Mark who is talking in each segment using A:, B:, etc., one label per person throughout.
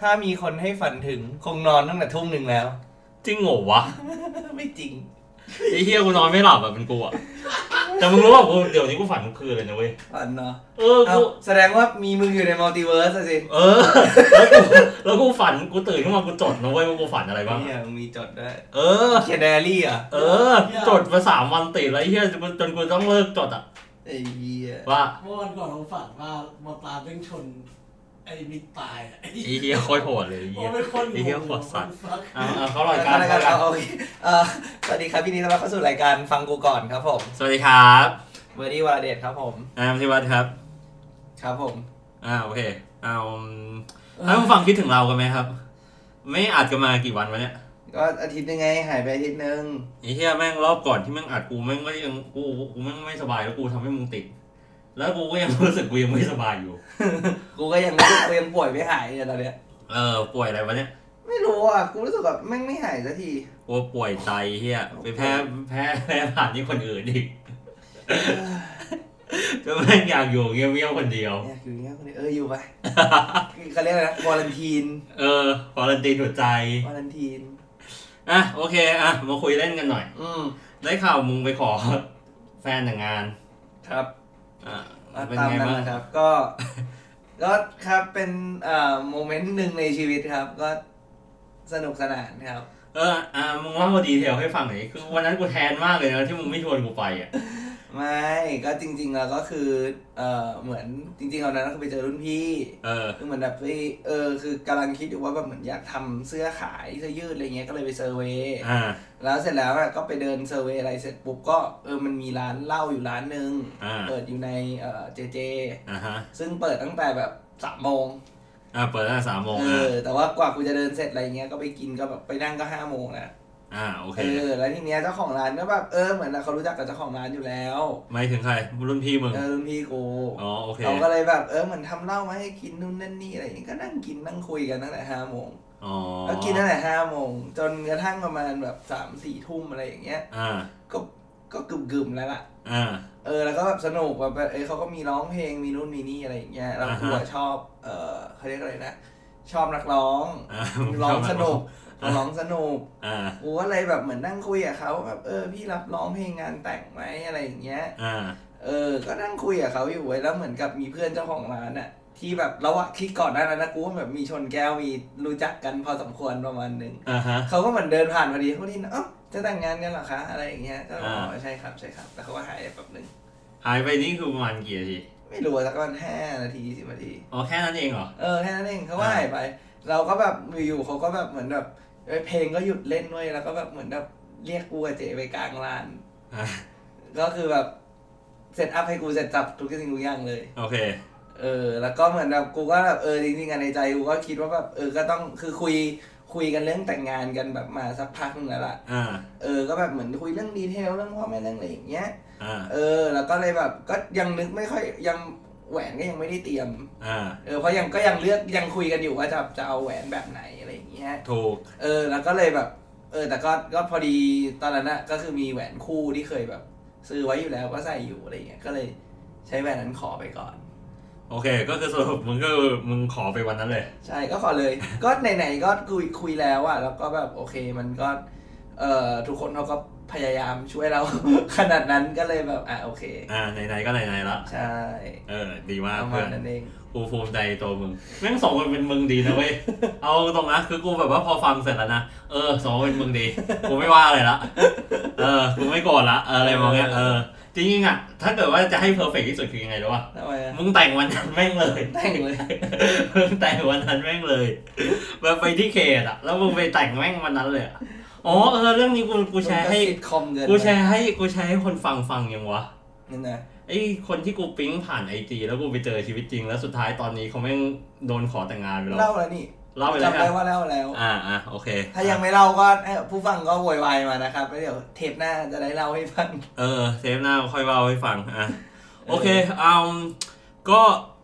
A: ถ้ามีคนให้ฝันถึงคงนอนตั้งแต่ทุ่มหนึ่งแล้ว
B: จริงโหรอวะ
A: ไม่จริง
B: ไอ้เฮียกูนอนไม่หลับแบบเป็นกูอะแต่มึงรู้ป่ะกูเดี๋ยวนี้กูฝันทุกคืนเลยนะเว้ย
A: ฝันเนาะ
B: เออ
A: เอา
B: กู
A: แสดงว่ามีมึงอยู่ในมัลติเวิร์สอะสิ
B: เออ แล้วกูแล้วกูฝันกูตื่นขึ้นมากูจดนะเว้ยว่ากูฝันอะไรบ้าง
A: เนี่ยมึงมีจดด้วย
B: เออ
A: เขียนไดอารี่เหรอ่ะ
B: เออ จดมาสามวันติดแล้วไอ้เฮียจนจนกูต้องเลิกจดอะ
A: ไอ้เหี้ย
B: ว่า
C: เมื่อวันก่อนเราฝันว่าหมอปลาเร่งชน ไอ้มิกตายอะไอ้
B: ไอ้เฮียโคตรโหดเลยไอ้
C: โอ้
B: เฮีย
C: เป็นคน
B: ไอ้เหี้ยหัวสัตว์
C: ฟัก
B: เอาเอาเขารายการ
A: อะไรกัน
B: เขาราย
A: เอา
B: การ
A: โอเคเอ่อสวัสดีครับพี่นดี้ต้อนรับเข้าสู่รายการฟังกูก่อนครับผม
B: สวัสดีครับ
A: เบอร์ดี้วาเดชครับผม
B: นายอมธิวัฒน์ครับ
A: ครับผม
B: อ่าโอเคเอาท่านผู้ฟังคิดถึงเรากันไหมครับ ไม่อัดกันมากี่วันวะเนี่ย
A: ก็อาทิตย์ยังไงหายไปอาทิตย์หนึง
B: ไอ้เหี้ยแม่งรอบก่อนที่แม่งอัดกูแม่งก็ยังกูกูแม่งไม่สบายแล้วกูทำให้มึงติด แล้วกูก็ยังรู้สึกกูยังไม่สบายอยู่
A: กูก็ยัง กูยังป่วยไม่หายเนี่ยตอนเนี้ย
B: เออป่วยอะไรวะเนี่ย
A: ไม่รู้อ่ะกูรู้สึกแบบแม่งไม่หายสักที
B: กูป่วยไตเหี้ยไปแพ้แพ้แพ้ผ่านที่คนอื่นอีก จะแม่งอยากอยู่เงียบเงียบๆคนเดียว
A: เนี่ยอยู่อย่างเงี้ยคนนี้เออ อยู่ไป คือเขาเรียกอะไรนะวอลันทีน
B: เออควอลันตีนหัวใจ
A: วอลันทีน
B: อ่ะโอเคอ่ะมาคุยเล่นกันหน่อย
A: อืม
B: ได้ข่าวมึงไปขอ แฟนแต่งงาน
A: ครับ
B: อ่ะ
A: ก็
B: เป็น
A: ตาม
B: ไง
A: นั้น
B: บ้าง
A: นะครับ ก็ ก็ครับเป็นเอ่อโมเมนต์หนึ่งในชีวิตครับ ก็สนุกสนานครับ
B: เออ อ่า มึงเล่าดีเทลให้ฟังหน่อย คือวันนั้นกูแทนมากเลยนะที่มึงไม่ชวนกูไปอ่ะ
A: ไม่ ก็จริง ๆ แล้วก็คือ เอ่อเหมือนจริงๆตอนนั้นก็คือไปเจอรุ่นพี่
B: เออ
A: คือเหมือนแบบเอ้ยเออคือกำลังคิดอยู่ว่าแบบเหมือนอยากทำเสื้อขายเสื้อยืดอะไรเงี้ยก็เลยไปเซอร์เวย์
B: อ่า
A: แล้วเสร็จแล้วอะก็ไปเดินเซอร์เวย์อะไรเสร็จปุ๊บก็เออมันมีร้านเหล้าอยู่ร้านหนึ่ง
B: อ่า
A: เปิดอยู่ในเออเจเจ
B: อ่าฮะ
A: ซึ่งเปิดตั้งแต่แบบสามโมง
B: อ่า เปิดตั้งแต่สามโมง
A: เอ
B: อ่ะ
A: อแต่ว่ากว่ากูจะเดินเสร็จอะไรเงี้ยก็ไปกินก็แบบไปนั่งก็ห้าโมงนะ
B: อ่า โอเค
A: เออแล้วทีเนี้ยเจ้าของร้านก็แบบเออเหมือนเขารู้จักกับเจ้าของร้านอยู่แล้ว
B: ไม่ถึงใคร รุ่นพี่มึง
A: เออรุ่นพี่กู
B: อ๋อ โอเค
A: เขาก็เลยแบบเออเหมือนทำเหล้ามาให้กินนู่นนั่นนี่อะไรอย่างเงี้ยก็นั่งกินนั่งคุยกันตั้งแต่ห้าโมง
B: อ๋อ
A: ก็กินตั้งแต่ห้าโมงจนกระทั่งประมาณแบบสามสี่ทุ่มอะไรอย่างเงี้ย
B: อ่า
A: ก็ก็กึ่มๆแล้วล่ะ
B: อ่า
A: เออแล้วก็แบบสนุกแบบเออเขาก็มีร้องเพลงมีนู่นมีนี่อะไรอย่างเงี้ยเรา
B: อ่าฮะ
A: กูอะชอบเออเขาเรียกอะไรนะชอบนักร้อง
B: อ่า
A: ร้องส นุก
B: อ่า
A: ร้องสนุก
B: อ่า
A: กูก็เลยแบบเหมือนนั่งคุยกับเขาแบบเออพี่รับร้องเพลงงานแต่งไหมอะไรอย่างเงี้ย
B: อ่า
A: เออก็นั่งคุยกับเขาอยู่ไว้ยแล้วเหมือนกับมีเพื่อนเจ้าของร้านอะที่แบบระหว่างที่ก่อนหน้านั้นนะกูก็แบบมีชนแก้วมีรู้จักกันพอสมควรประมาณหนึง
B: อ่าฮะ
A: เขาก็เหมือนเดินผ่านพอดีเขาได้ยินเอ้าจะแต่งงานกันเหรอคะ อะไรอย่างเงี้ยก็บอก
B: อ่า
A: อ๋อใช่ครับใช่ครับ แล้วเขาก็หายไปแบบหนึ่ง
B: หายไปนี่คือประมาณกี่นาที
A: ไม่รู้อะสักวันห้านาทีสิบนาที
B: อ๋อ แค่นั้นเองเหรอ
A: เออแค่นั้นเองเขาก็
B: อ่า
A: หายไป เราก็แบบอยู่ๆเขาก็แบบเหมือนแบบเอ้ยเพลงก็หยุดเล่นด้วยแล้วก็แบบเหมือนแบบเรียกกูกับเจไปกลางลาน
B: อ่า
A: ก็คือแบบเซตอัพให้กูเสร็จจับทุกสิ่งทุกอย่างเลย
B: โอเค
A: เออ แล้วก็เหมือนแบบกูก็แบบเออจริงๆอะในใจกูก็คิดว่าแบบเออก็ต้องคือคุยคุยกันเรื่องแต่งงานกันแบบมาสักพักหนึงแล้วล่ะ
B: อ่า
A: เออ ก็แบบเหมือนคุยเรื่องดีเทลเรื่องพ่อแม่เรื่องอะไรอย่างเงี้ย
B: อ่า
A: เออ แล้วก็เลยแบบก็ยังนึกไม่ค่อยยังแหวนก็ยังไม่ได้เตรียม
B: อ่า
A: เออ เพราะยังก็ยังเลือกยังคุยกันอยู่ว่าจะจะเอาแหวนแบบไหนอะไรอย่างเงี้ย
B: ถูก
A: เออ แล้วก็เลยแบบ เออ แต่ก็ก็พอดีตอนนั้นอะก็คือมีแหวนคู่ที่เคยแบบ ซื้อไว้อยู่แล้วก็ใส่อยู่อะไรเงี้ย ก็เลยใช้แหวนนั้นขอไปก่อน
B: โอเค ก็คือสรุปมึงก็คือมึงขอไปวันนั้นเลย
A: ใช่ก็ขอเลย ก็ไหนๆก็คุยคุยแล้วอะแล้วก็แบบโอเคมันก็ เอ่อทุกคนเขาก็พยายามช่วยเรา ขนาดนั้นก็เลยแบบอ่ะโอเค
B: อ่า ไหนๆ ก็ไหนๆละ
A: ใช่
B: เออ ดีมาก
A: ประ
B: เพื่
A: มาณ
B: อน
A: นั้นเอง
B: กูภูมิใจในตัวมึงแม่งสองคนเป็นมึงดีนะ เว้ย เอาตรงนะคือกูแบบว่าพอฟังเสร็จแล้วนะเออสองคนเป็นมึงดีกูไม่ว่าอะไรละเออกูไม่โกรธละเอออะไรมองเงี้ยเออจริงๆอ่ะถ้าเกิดว่าจะให้เพอร์เฟกที่สุดคือยังไงรู้ป่ะ
A: ทำไม อะ
B: มึงแต่งวันนั้นแม่งเลย
A: แต่งเลย
B: มึงแต่งวันนั้นแม่งเลยแบบไปที่เขตอ่ะแล้วมึงไปแต่งแม่งวันนั้นเลยอะอ๋อเออเรื่องนี้กูกูแชร์ให้
A: ซิทคอมเงิน
B: กูแชร์ให้กูแชร์ให้คนฟังฟังยังวะ
A: นี่นะ
B: ไอ้คนที่กูปิ๊งผ่านไอจีแล้วกูไปเจอชีวิตจริง แล้วสุดท้ายตอนนี้เขาแม่งโดนขอแต่งงานไปแล้ว
A: เล่าแล้วนี่
B: เล่าไปแล้ว
A: จำ
B: ครั
A: ได้
B: บ
A: ว่าเล่าแล้ว
B: อ่าอ่าโอเค
A: ถ้ายังไม่เล่าก็ให้ผู้ฟังก็โวยวายมานะครับแล้วเดี๋ยวเทปหน้าจะได้เล่าให้ฟัง
B: เออเทปหน้าค่อยเล่าให้ฟังอ่ะ
A: ออ
B: โอเคเอาก็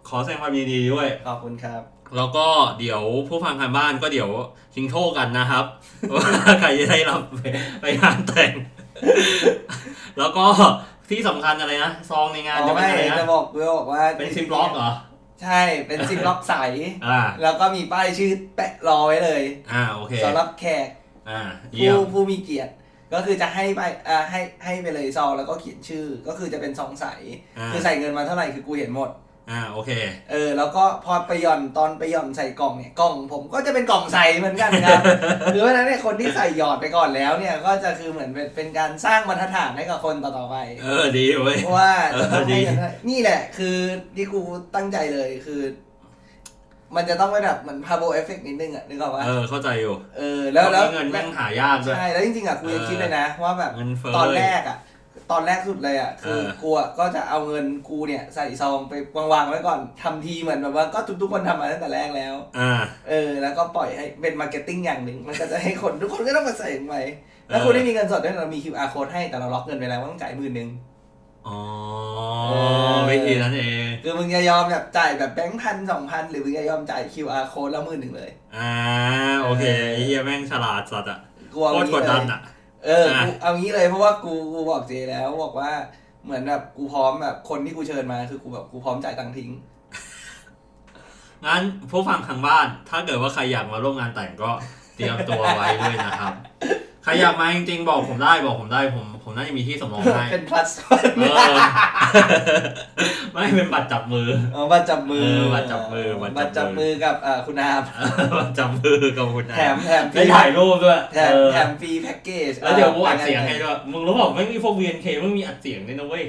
B: ขอแสดงความยินดีด้วย
A: ขอบคุณครับ
B: แล้วก็เดี๋ยวผู้ฟังทางบ้านก็เดี๋ยวชิงโชคกันนะครับ ว่าใครจะได้รับ ไปไปงานแต่ง แล้วก็ที่สำคัญอะไรนะซองในงาน
A: อ๋อ
B: จะเป็น
A: ไม่
B: อะไร
A: จะ
B: นะ
A: บอกกูจะบอกว่า
B: เป็นซิปล็อกเหรอ
A: ใช่เป็นซิป ล็อกใส
B: อ่า
A: แล้วก็มีป้ายชื่อแปะรอไว้เลย
B: อ่าโอเค
A: สำหรับแขก
B: อ่าเยี่ยม
A: ผู้ผู้มีเกียรติ ก็คือจะให้ไปอ่าให้ให้ไปเลยซองแล้วก็เขียนชื่อ ก็คือจะเป็นซองใส
B: อ่า
A: คือใส่เงินมาเท่าไหร่คือกูเห็นหมด
B: อ่าโอเค
A: เออแล้วก็พอไปหย่อนตอนไปหย่อนใส่กล่องเนี่ยกล่องผมก็จะเป็นกล่องใสเหมือนกัน ครับ คือเพราะฉะนั้นเนี่ยคนที่ใส่หยอดไปก่อนแล้วเนี่ยก็จะคือเหมือนเป็นเป็นการสร้างบรรทัดฐานให้กับคนต่อๆไป
B: เออดีเว้ย
A: เพราะว่า
B: เอ
A: จะ
B: อ
A: ต้อง
B: ดี
A: ให้กันได้นี่แหละ คือที่กูตั้งใจเลยคือ มันจะต้องเป็นแบบเหมือนพาโบเอฟเฟกนิดนึงอ่ะนึกออกปะ
B: เออเข้าใจอยู่
A: เออแล้วแล้ว
B: เงินแม่งหายากด้วย
A: ใช่แล้วจริงๆอ่ะกูยังคิดเลยนะว่าแบบ
B: เงินเฟ้อ
A: ตอนแรกอ่ะ ตอนแรกสุดเลยอ่ะ คือ
B: เออ
A: กูอะก็จะเอาเงินกูเนี่ย ใส่ซองไปวางๆไว้ก่อนทำทีเหมือนแบบว่าก็ทุกๆคนทำมาตั้งแต่แรกแล้ว
B: อ่า
A: เออ แล้วก็ปล่อยให้เป็นมาร์เก็ตติ้งอย่างหนึ่ง มันก็จะให้คนทุกคนก็ต้องมาใส่ลงไปแล้ว
B: เออ
A: คุณได้มีเงินสดด้วยเรามี QR code ให้แต่เราล็อกเงินไปแล้วว่าต้องจ่ายหมื่นหนึ่ง
B: อ๋อ
A: เออ
B: วิธีนั้นเอง
A: คือมึงจะยอมแบบจ่ายแบบแบงค์พันสองพันหรือมึงจะยอมจ่าย QR code แล้วหมื่นหนึ่งเลย
B: อ่าโอเค
A: เออ
B: ไอ้เฮียแม่งฉลาดสัตว์อะ
A: กลัว
B: โคตรกดดันอะ
A: เออกู
B: อ่ะ
A: เอางี้เลยเพราะว่ากูกูบอกเจแล้วบอกว่าเหมือนแบบกูพร้อมแบบคนที่กูเชิญมาคือกูแบบกูพร้อมจ่ายตังค์ทิ้ง
B: งั้นผู้ฟังทางบ้าน ถ้าเกิดว่าใครอยากมาร่วมงานแต่งก็เตรียมตัวไว้ด้วย นะครับ ใครอยากมาจริงๆบอกผมได้บอกผมได้ผมผมน่าจะมีที่สำรองให้
A: เป็น plus one
B: เออ ไม่เป็นบัตรจับมือ
A: เอาบัตรจับมือ
B: เออบัตรจับมือบั
A: บัตร
B: ตรจั
A: จับบ
B: มื
A: มือ
B: อ
A: กับเอ่อคุณอาบ
B: เออบัตรจับมือกับคุณนะ
A: แถมแถมฟ
B: ได้
A: รี
B: ถ่ายรูปด้วย
A: แถม
B: เออ
A: แถมฟรีแพ็กเกจ
B: แล้วเดี๋ยวกูอัดเสียงให้ด้วยมึงรู้เปล่าไม่มีพวก VNK ไม่มีอัดเสียงด้วยนะเว้ย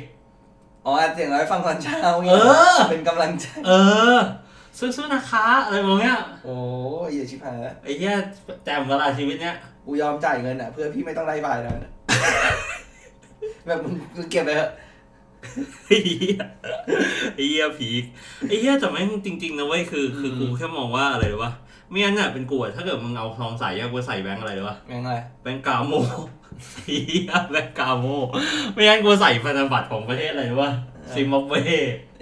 A: อ๋ออัดเสียงเราให้ฟังตอนเช้านี่ย
B: เออ
A: เป็นกำลังใจ
B: เออสู้ๆนะคะอะไรมองเนี้ย
A: โอ้ยอย่าชิบหาย
B: ไอ้เหี้ยแจมกระลาชีวิตเนี้ย
A: กูยอมจ่ายเงินอ่ะ เพื่อพี่ไม่ต้องไล่บายแล้วนะ แบบมึงมึงเก็บไปเถอะ
B: ไอ้เหี้ยไอ้เหี้ยผีกไอ้เหี้ยแต่แม่งจริงๆนะเว้ยคือคือกูแค่มองว่าอะไรรู้ปะไม่งั้นน่ะเป็นกูอะถ้าเกิดมึงเอาทองใส่อะกูใส่แบงค์อะไรรู้ปะ
A: แม่งอะไร
B: แบงค์กาโม ไอ้เหี้ยแบงค์กาโมไม่งั้นกูใส่พันธบัตรของประเทศอะไรรู้ปะซิมบับเว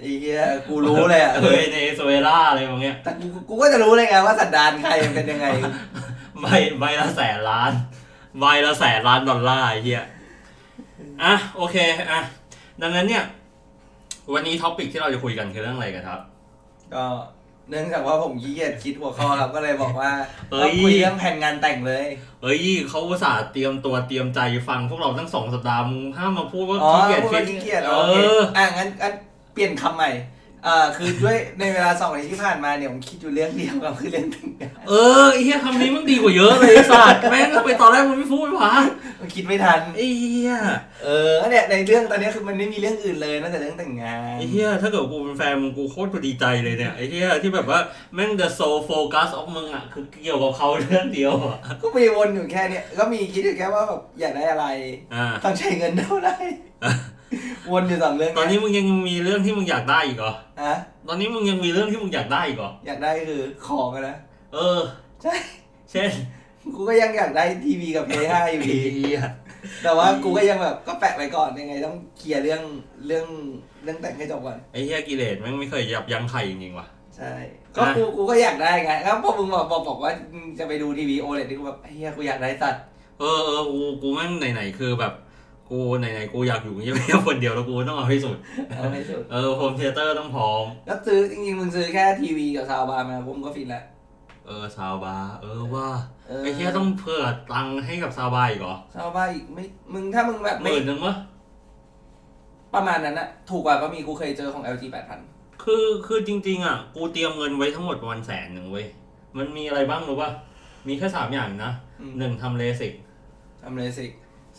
A: ไอ้เหี้ยกูรู้เลยอ่ะ
B: เฮ้ยเนโซเวลาอะไรมองเนี้ย
A: แต่กูกูก็จะรู้เลยไงว่าสันดานใครมันเป็นยังไง
B: ใบใบละแสนล้านใบละแสนล้านดอลลาร์ไอ้เหี้ย อ่ะโอเคอ่ะดังนั้นเนี่ย วันนี้ท็อปิกที่เราจะคุยกันคือเรื่องอะไรกันครับ
A: ก็เนื่องจากว่าผมขี้เกียจคิดหัวข้อครับก็เลยบอกว่า
B: เฮ้ย
A: เราคุยเรื่องแผนงานแต่งเลย
B: เอ้ยเขาอุตส่าห์เตรียมตัวเตรียมใจฟังพวกเราทั้งสองสัปดาห์มึงห้ามมาพูดว่า
A: อ๋อ
B: ขี้เกียจ
A: พูดว่าขี้เกียจ
B: เอ
A: โอเค
B: อ
A: อ่ะงั้นงั้นเปลี่ยนคำใหม่อ่าคือด้วย ในเวลาสองนาทีที่ผ่านมาเนี่ยผมคิดอยู่เรื่องเดียว กับคือเรื่องแต่งงาน
B: เออไอ้เหี้ยคำนี้มึงดีกว่าเยอะเลยไอ้สัตว์แม่งก็ไปตอนแรกมึงไม่พูดไม่ผา
A: มันคิดไม่ทัน
B: ไอ้เหี้ย
A: เออเนี่ยในเรื่องตอนเนี้ยคือมันไม่มีเรื่องอื่นเลยนอกจากเรื่องแต่งงาน
B: ไอ้เหี้ยถ้าเกิดกูเป็นแฟนมึงกูโคตรดีใจเลยเนี่ยไอ้เหี้ยที่แบบว่าแม่ง the sole focus of มึงอ่ะคือเกี่ยวกับเขาเรื่องเดียวอ่ะ
A: ก็มีวนอยู่แค่เนี้ยก็มีคิดอยู่แค่ว่าแบบอยากได้อะไร
B: อ่า
A: ต้องใช้เงินเท่าไหร่ วนอยู่สองเรื่อง
B: ตอน
A: เย
B: นี้มึงยังมีเรื่องที่มึงอยากได้อีกเหรอ
A: อ่ะ
B: ตอนนี้มึงยังมีเรื่องที่มึงอยากได้อีกเหรอ
A: อยากได้คือของอะนะ
B: เออ
A: ใช่
B: เช่น
A: กูก็ยังอยากได้ทีวีกับ PS5 อยู่ดี แต่ว่ากูก็ยังแบบก็แปะไว้ก่อนยังไง ต้องเคลียร์เรื่องเรื่องเรื่องแต่งให้จบก่อน
B: ไอ้เฮียกิเลสแม่งไม่เคยยับยั้งใครจริงๆว่ะ
A: ใช่ก็
B: อ่ะ
A: กูกูก็อยากได้ไงแล้วพอมึงบอกบอกบอกว่าจะไปดูทีวีโอเลดกูแบบเฮียกูอยากได้สัตว์
B: เออเออกูกูแม่งไหนๆคือแบบกูไหนๆกูอยากอยู่เงียบๆคนเดียวแล้วกูต้องเอาให้สุด
A: เอาให้สุด
B: เออโฮมเทเตอร์ต้องพร้อม
A: แล้วซื้อจริงๆมึงซื้อแค่ทีวีกับซาวบาร์มาผมก็ฟินละ
B: เออซาวบาร์เออว่า
A: ออ
B: ไอ้เฮียต้องเผื่อตังค์ให้กับซาวบาร์อีกเหรอ
A: ซาวบาร์อีกไม่มึงถ้ามึงแบบ
B: ห
A: ไม่
B: มื่นนึงวะ
A: ประมาณนั้นอะถูกกว่าก็มีกูเคยเจอของ LG 8000
B: คือคือจริง ๆ อ่ะ กูเตรียมเงินไว้ทั้งหมดประมาณแสนหนึ่งเว้ยมันมีอะไรบ้างรู้ป่ะมีแค่สามอย่างนะ
A: อืม
B: หนึ่งทำเลสิก
A: ทำเลยสิ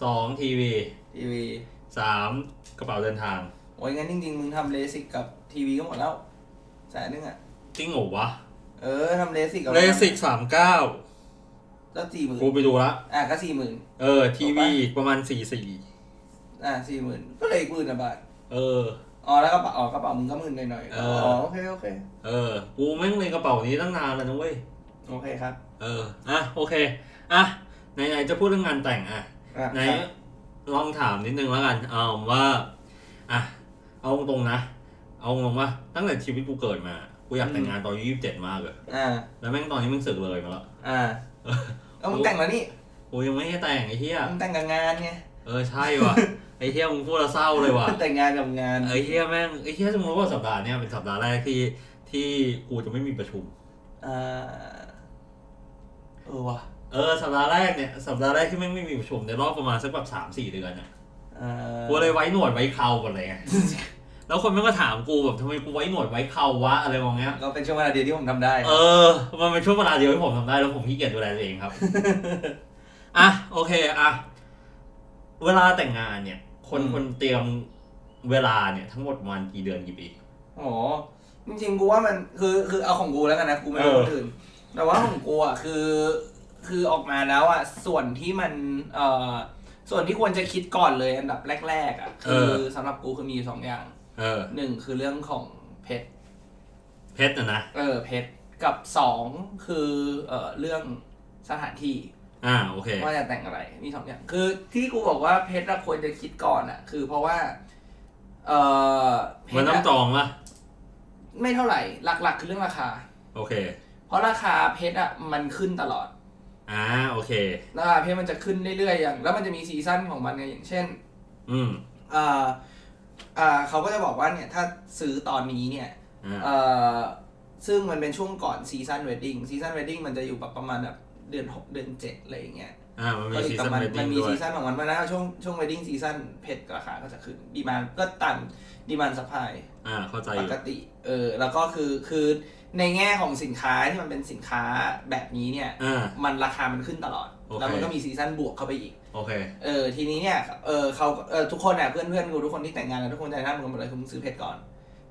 B: สองทีวี
A: ทีวี
B: สามกระเป๋าเดินทาง
A: โอ้ยงั้นจริงๆมึงทำเลสิกกับทีวีก็หมดแล้วแสนนึงอะ
B: จริงเหรอวะ
A: เออทำเลสิกกับ
B: เลสิกสามเก้า
A: แล้วสี่หมื่น
B: กูไปดูละ
A: อ่ะก็สี่หมื่น
B: เออที
A: ถูกปะ
B: วีประมาณสี่สี่
A: อ่ะสี่หมื่นก็เลยหมื่นละบาท
B: เออ
A: อ๋อแล้วกระเป๋าอ๋อกระเป๋ามึงก็หมื่นหน่อยๆ
B: เอ
A: อ๋
B: ออ๋
A: อโอเคโอเค
B: เออ กูแม่งเลยกระเป๋านี้ตั้งนานแล้วนะเว้ย
A: โอเคครับ
B: เออ อ่ะ โอเค อ่ะ ไหนๆจะพูดเรื่องงานแต่งอ่ะ
A: อ่ะ
B: ไหน
A: ครับ
B: ลองถามนิดนึงแล้วกัน เอาว่า อ่ะ เอาตรงๆนะ เอาตรงว่า ตั้งแต่ชีวิตกูเกิดมา กูอยากแต่งงานตอนอายุยี่สิบเจ็ดมากเลย
A: อ่า
B: แล้วแม่งตอนนี้มึงสึกเลยมาแล้ว
A: อ่า
B: เออ
A: ก็มึงแต่งแล้วนี่
B: กูยังไม่ให้แต่งไอ้เหี้ย
A: มึงแต่งกับงานไง
B: เออ ใช่ ว่ะ ไอ้เหี้ยมึงพูดแล้วเศร้าเลยว่ะ
A: แต่งงานกับงาน
B: ไอ้เหี้ยแม่งไอ้เหี้ยสมมติว่าสัปดาห์เนี้ยเป็นสัปดาห์แรกที่ ที่กูจะไม่มีประชุม
A: เอ่อเออว่ะ
B: เออสัปดาห์แรกเนี่ยสัปดาห์แรกที่ไม่งไม่มีประชุมในรอบประมาณสักแบบสามสี่เดือนอะ
A: เอ่อ
B: กูเลยไว้หนวดไว้เคราหมดเลยไง แล้วคนมันก็ถามกูแบบทำไมกูไว้หนวดไว้เคราวะอะไรมองเงี้ย
A: ก็เป็นช่วงเวลาเดียวที่ผมทำได้
B: เออ มันเป็นช่วงเวลาเดียวที่ผมทำได้แล้วผมขี้เกียจดูแลตัวเองครับ อ่ะ โอเค อ่ะ เวลาแต่งงานเนี่ย คนคนเตรียมเวลาเนี่ย ทั้งหมดประมาณกี่เดือนกี่ปี
A: โอ้โหจริงๆกูว่ามันคือคือเอาของกูแล้วกันนะกูไม่รู้
B: เออ
A: คนอื่นแต่ว่าของกูอ่ะคือ คือออกมาแล้วอ่ะส่วนที่มันเอ่อส่วนที่ควรจะคิดก่อนเลยอันดับแรกๆอ่ะคือสำหรับกูคือมีอยู่สองอย่าง
B: เออ
A: หนึ่งคือเรื่องของเพชร
B: เพชรนะนะ
A: เออเพชรกับสองคือเออเรื่องสถานที่
B: อ่า โอเค
A: ว่าจะแต่งอะไรมีสองอย่างคือที่กูบอกว่าเพชรอะควรจะคิดก่อนอะคือเพราะว่าเออเพ
B: มัน
A: ชร
B: ต้องจ
A: อะ
B: องปะ
A: ไม่เท่าไหร่หลัก ๆ คือเรื่องราคา
B: โอเค
A: เพราะราคาเพชรอะมันขึ้นตลอด
B: อ่า โอเค
A: ราคาเพชรมันจะขึ้นเรื่อยๆอย่าง แล้วมันจะมีซีซั่นของมันไงอย่างเช่น
B: อืม
A: เออเออเขาก็จะบอกว่าเนี่ยถ้าซื้อตอนนี้เนี่ย
B: อ่า
A: เอ่อซึ่งมันเป็นช่วงก่อนซีซันเวดดิ้งซีซันเวดดิ้งมันจะอยู่แบบประมาณแบบเดือนหกเดือนเจ็ดอะไรอย่างเงี้ย
B: อ่า มันมี
A: ก็อี
B: ซี
A: กป
B: ซั่
A: ระ
B: น
A: มาณ
B: เวด
A: มั
B: ดิ้
A: น
B: ง
A: มี
B: ด้วย
A: ซีซันของมันมาแล้วช่วงช่วงเวดดิ้งซีซันเพชรราคาก็จะขึ้นดีมานก็ต่ำดีมานสปาย
B: อ่า เข้าใจ
A: ป
B: อยู่
A: กติเออแล้วก็คือคือในแง่ของสินค้าที่มันเป็นสินค้าแบบนี้เนี่ย
B: อ่า
A: มันราคามันขึ้นตลอด
B: โอเค
A: แล้วมันก็มีซีซันบวกเข้าไปอีก
B: โอเค
A: เออทีนี้เนี่ยเออเขาเออทุกคนอ่ะเพื่อนเพื่อนๆกูทุกคนที่แต่งงานแล้วทุกคนใจหน้ามึงกันหมดเลยคือมึงซื้อเพชรก่อน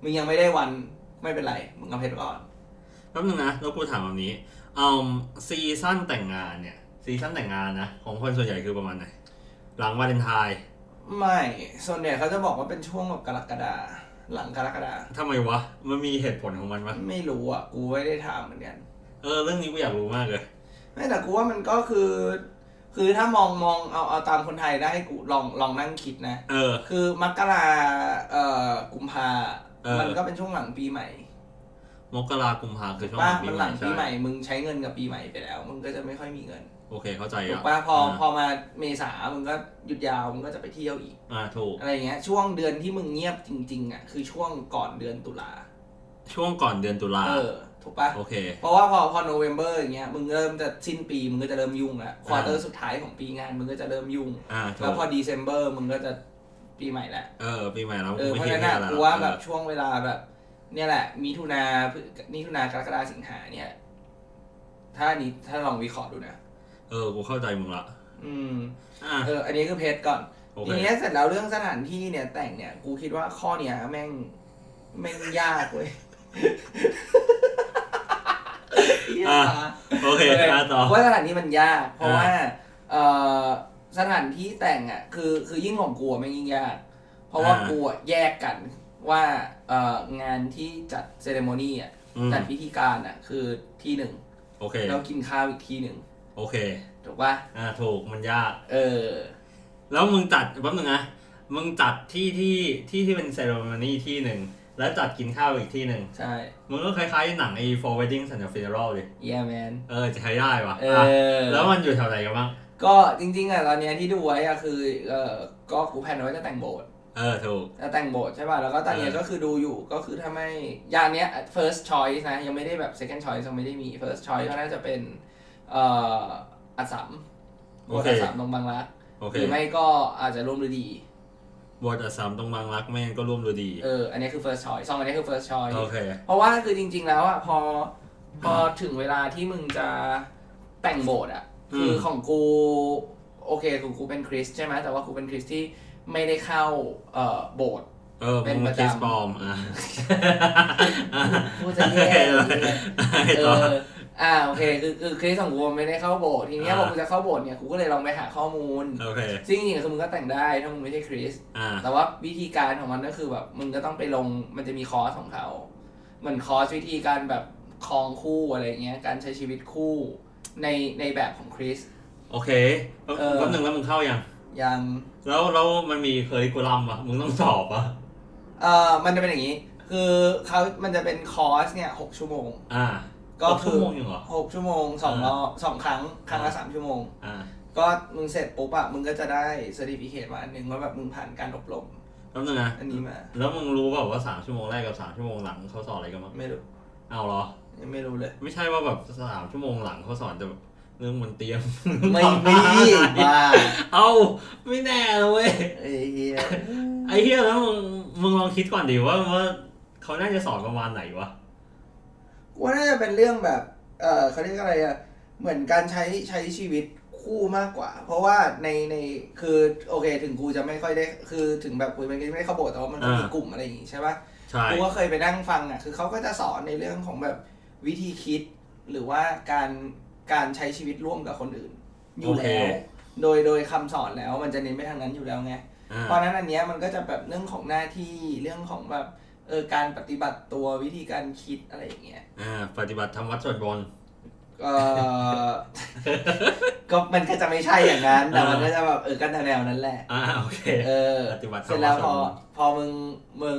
A: มึงยังไม่ได้วันไม่เป็นไร มึงเอาเพชรก่อน
B: แป๊บนึงนะ แล้วกูถามแบบนี้อืมซีซั่นแต่งงานเนี่ย ซีซั่นแต่งงานนะ ของคนส่วนใหญ่คือประมาณไหน หลังวาเลนไทน์
A: ไม่ส่วนใหญ่เขาจะบอกว่าเป็นช่วงแบบกรกฎาหลังกรกฎา
B: ทำไมวะ มันมีเหตุผลของมันปะ
A: ไม่รู้อ่ะกูไม่ได้ถามเหมือนกัน
B: เออ เรื่องนี้กูอยากรู้มากเลย
A: ไม่แต่กูว่ามันก็คือ คือถ้ามองมองเอาเอาตามคนไทยได้กูลองลองนั่งคิดนะ
B: เออ
A: คือมกราเอ่อกุมภา
B: เออ
A: มันก็เป็นช่วงหลังปีใหม่
B: มกรากุมภาคือช่วง
A: ป้า
B: ของปี
A: มันห
B: ใหม่
A: ลังปี
B: ใช่
A: ใหม่มึงใช้เงินกับปีใหม่ไปแล้ว มึงก็จะไม่ค่อยมีเงิน
B: โอเคเข้าใจ
A: ถู
B: อ่ะ
A: กป่ะพออา พอมาเมษามึงก็หยุดยาวมึงก็จะไปเที่ยวอีก
B: อ่าถูก
A: อะไรเงี้ย ช่วงเดือนที่มึงเงียบจริงๆอ่ะคือช่วงก่อนเดือนตุลา
B: ช่วงก่อนเดือนตุลา
A: เออ ถูกป่ะ
B: โอเค
A: เพราะว่าพอพอโนเวมเบอร์อย่างเงี้ยมึงเริ่มจะสิ้นปีมึงก็จะเริ่มยุ่งละควอเตอร์สุดท้ายของปีงานมึงก็จะเริ่มยุ่ง
B: อ่าถู
A: แล้ว
B: ก
A: พอดีเซมเบอร์มึงก็จะปีใหม่ละ
B: เออปีใหม่แล้ว
A: เออเพ
B: ไม่
A: ราะ
B: เห็
A: ฉะ
B: น
A: นั้นอะ
B: เนี่ยแล้ว
A: กูว่าแบบช่วงเวลาแบบ เนี่ยแหละมิถุนาพฤมิถุนากรกฎาสิงหาเนี่ย ถ้าอันนี้ถ้าลองวิเคราะห์ดูนะ
B: เออกูเข้าใจมึงละ
A: อืม
B: อ่า
A: เอออันนี้คือเพจก่อน
B: โอ
A: ที
B: เค
A: เนี้ยเสร็จแล้วเรื่องสถานที่เนี่ยแต่งเนี่ยกูคิดว่าข้อเนี้ยแม่งแม่งยากเว้ยยาก
B: โอเคอ่าต่อ
A: เพราะสถานที่มันยาก เพราะว่าเอ่อสถานที่แต่งอ่ะคือคือยิ่งของกูอะแม่งยิ่งยาก เพราะว่ากูอะแยกกันว่าเอ่องานที่จัดเซเลโมนีอ่ะ
B: อืม
A: จัดพิธีการอ่ะคือที่หนึ่ง
B: โอเค
A: แล้วกินข้าวอีกที่หนึ่ง
B: โอเค
A: ถูกป่ะ
B: อ่าถูกมันยาก
A: เออ
B: แล้วมึงจัดแป๊บนึงนะมึงจัดที่ที่ที่ที่เป็นเซเลม o นี่ที่หนึ่งแล้วจัดกินข้าวอีกที่หนึ่ง
A: ใช่
B: มึงก็คล้ายๆหนังไอ้ for wedding and a funeral ดิ
A: เย a แมน
B: เออจะใช้ได้ปะ
A: เอ
B: อ่ะ
A: อ
B: แล้วมันอยู่แถวไหนกันบ้าง
A: ก็จริงๆอ่ะตอนเนี้ยที่ดูไว้อ่ะคือเออก็กูแพลนไว้จะแต่งโบสถ์
B: เออถูก
A: จะแต่งโบสถ์ใช่ป่ะแล้วก็ตอนเนี้ย
B: เออ
A: ก็คือดูอยู่ก็คือถ้าไม่ยานเนี้ย first choice นะยังไม่ได้แบบ second choice ยังไม่ได้มี first choice ก็น่าจะเป็นเอ่ออัสสัมโบ
B: โอ
A: สถ์
B: เค
A: อัสสัมตรงบางรัก
B: โอเค
A: หรือไม่ก็อาจจะร่วมฤดี
B: บทอัสสามตรงบางรักแม่งก็ร่วมดูดี
A: เอออันนี้คือ first choice สองอันนี้คือ first choice
B: โอเค
A: เพราะว่าคือจริง ๆ แล้วอ่ะพอพอถึงเวลาที่มึงจะแต่งโบสถ์อ่ะ
B: อืม
A: คือของกู โอเคกูกูเป็นคริสต์ใช่ไหมแต่ว่ากูเป็นคริสต์ที่ไม่ได้เข้าเอ่อโบสถ์
B: เออ
A: เป็น
B: มึง
A: ประจำ
B: คิสปลอมอ่ะ
A: กูจะแย่เลยเนี่ย
B: ไอ้
A: เอ
B: ต่อ
A: ออ่าโอเคคือคือคริสต์ของกูไม่ได้เข้าโบสถ์ทีเนี้ยพอ
B: อ่า
A: กูจะเข้าโบสถ์เนี่ยกูก็เลยลองไปหาข้อมูล
B: โอเค
A: ซึ่งจริงๆคือมึงก็แต่งได้ถ้ามึงไม่ใช่คริสต์
B: อ่า
A: แต่ว่าวิธีการของมันก็คือแบบมึงก็ต้องไปลงมันจะมีคอร์สของเขาเหมือนคอร์สวิธีการแบบครองคู่อะไรเงี้ยการใช้ชีวิตคู่ในในแบบของคริสต์
B: โอเคแป๊บ
A: เออ
B: แป๊บหนึ่งแล้วมึงเข้ายัง
A: ยัง
B: แล้วแล้วมันมีเคอริคูลัมปะมึงต้องสอบปะ
A: เอ่อมันจะเป็นอย่างนี้ คือเขามันจะเป็นคอร์สเนี่ยหกชั่วโมง
B: อ่า
A: ก็
B: ชั่
A: คือ
B: วโมงยังเหรอ
A: หกชั่วโมงสองร
B: อ่า
A: อบสองครั้ง ครั้งละสามชั่วโมง
B: อ่า
A: ก็มึงเสร็จปุ๊บอะมึงก็จะได้เซอร์ติฟิเคตมาอันหนึ่งว่าแบบมึงผ่านการอบรม
B: แป๊บนึงนะ
A: อันนี้มา
B: แล้วมึงรู้เปล่าว่าสามชั่วโมงแรกกับสามชั่วโมงหลังเขาสอนอะไรกันบ้าง
A: ไม่รู้
B: เอาเหรอ
A: ยังไม่ รู้เลย
B: ไม่ใช่ว่าแบบสามชั่วโมงหลังเขาสอนจะแบบเรื่องบนเตียง
A: ไม่มีบ้า
B: เอาไม่แน่นะเลย
A: ไอ้เหี้ย
B: ไอ้เฮียแล้วมึงมึงลองคิดก่อนดิว่าว่าเขาน่าจะสอนประมาณไหนวะ
A: กูว่าน่าจะเป็นเรื่องแบบ เออเขาเรียกอะไรอะเหมือนการใช้ใช้ชีวิตคู่มากกว่า เพราะว่าในในคือโอเค ถึงกูจะไม่ค่อยได้ คือถึงแบบกูมันก็ไม่ได้เข้าโบสถ์แต่ว่ามันก็มี
B: อ่า
A: กลุ่มอะไรอย่างงี้ใช่ปะ
B: ใช่
A: กูก็เคยไปนั่งฟังอ่ะ คือเขาก็จะสอนในเรื่องของแบบวิธีคิด หรือว่าการการใช้ชีวิตร่วมกับคนอื่น อยู่แล้ว โดยโดยคำสอนแล้วมันจะเน้นไปทางนั้นอยู่แล้วไง
B: อ่า
A: เพราะฉะนั้นอันเนี้ยมันก็จะแบบเรื่องของหน้าที่เรื่องของแบบเออการปฏิบัติตัววิธีการคิดอะไรอย่างเงี้ย
B: อ่าปฏิบัติธรรมวัดสวดมนต์
A: เออ ก็มันก็จะไม่ใช่อย่างนั้น แต่มันก็จะแบบเออกันแนวๆนั้นแหละ
B: อ่าโอเค
A: เออ
B: ปฏิบัติธรรม
A: เสร็จแล้วพอ
B: สอน
A: พอมึงมึง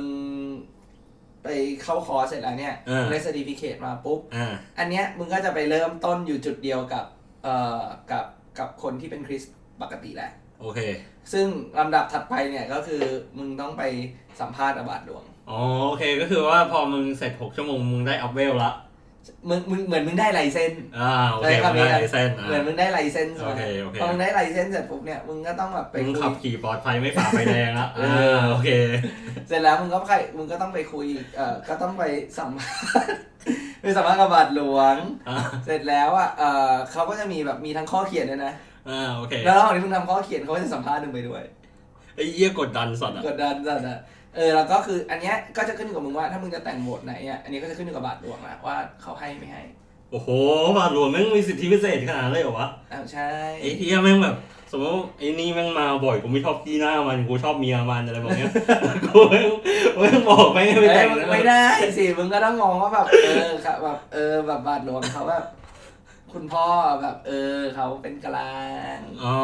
A: ไปเข้าคอร์สเสร็จแล้วเนี่ย
B: เออ
A: ได้สติฟิเคตมาปุ๊บ
B: อ่า
A: อันเนี้ยมึงก็จะไปเริ่มต้นอยู่จุดเดียวกับเอ่อกับกับคนที่เป็นคริสต์ปกติแหละ
B: โอเค
A: ซึ่งลำดับถัดไปเนี่ยก็คือมึงต้องไปสัมภาษณ์อาบาดหลวง
B: อ๋อโอเคก็คือว่าพอมึงเสร็จหกชั่วโมงมึงได้อัพเวลละ
A: มึงมึงเหมือนมึงได้ไลเซน
B: อ่าโอเค
A: ได้ครับ
B: มึงได้
A: ได้ครับ
B: ไลเซนส์อ่า
A: เหมือนมึงได้ไลเซนใช่ไหม
B: โอเคโอเค
A: พอมึงได้ไลเซนเสร็จปุ๊บเนี่ยมึงก็ต้องแบบไป
B: มึง
A: คุ
B: ขับ
A: ย
B: ขี่ปลอดภัยไม่ฝ่าไฟแดงละ
A: เออ
B: อ่าโอเค
A: เสร็จแล้วมึงก็ไปมึงก็ต้องไปคุยเอ่อก็ต้องไปสัมภาษณ์ ไปสัมภาษณ์อาบาดหลวง
B: อ่า
A: เสร็จแล้วอ่ะเอ่อเขาก็จะมีแบบมีทั้งข้อเขียนด้วยนะ
B: อ่าโอเค
A: แล้วระหว่างที่มึงทำข้อเขียนเขาก็จะสัมภาษณ์มึงไปด้วย
B: ไอ้เหี้ยกดดันสัตว์อ่ะ
A: กดดันจัดอะเออ แล้วก็คืออันเนี้ยก็จะขึ้นอยู่กับมึงว่าถ้ามึงจะแต่งโหมดไหนอ่ะ อันนี้ก็จะขึ้นอยู่กับบาทหลวงละว่าเขาให้ไม่ให้
B: โอ้โหบาทหลวงแม่งมีสิทธิพิเศษขนาดนั้นเลยเหรอวะ
A: อ้าวใช่
B: ไอ้เฮียแม่งแบบ สมมติว่าไอ้นี่แม่งมาบ่อยกูไม่ชอบขี้หน้ามันกูชอบเมียมันอะไรแบบเนี้ย กูแม่งแม่งบอกแม่ง
A: เอ้
B: ไม่แต่
A: ย
B: ง
A: มึง
B: นะ
A: ไม่ได้สิ มึงก็ต้องมองว่าแบบเออครับแบบเออแบบบาทหลวงเขาแบบคุณพ่อแบบเออเขาเป็นกลาง
B: อ๋อ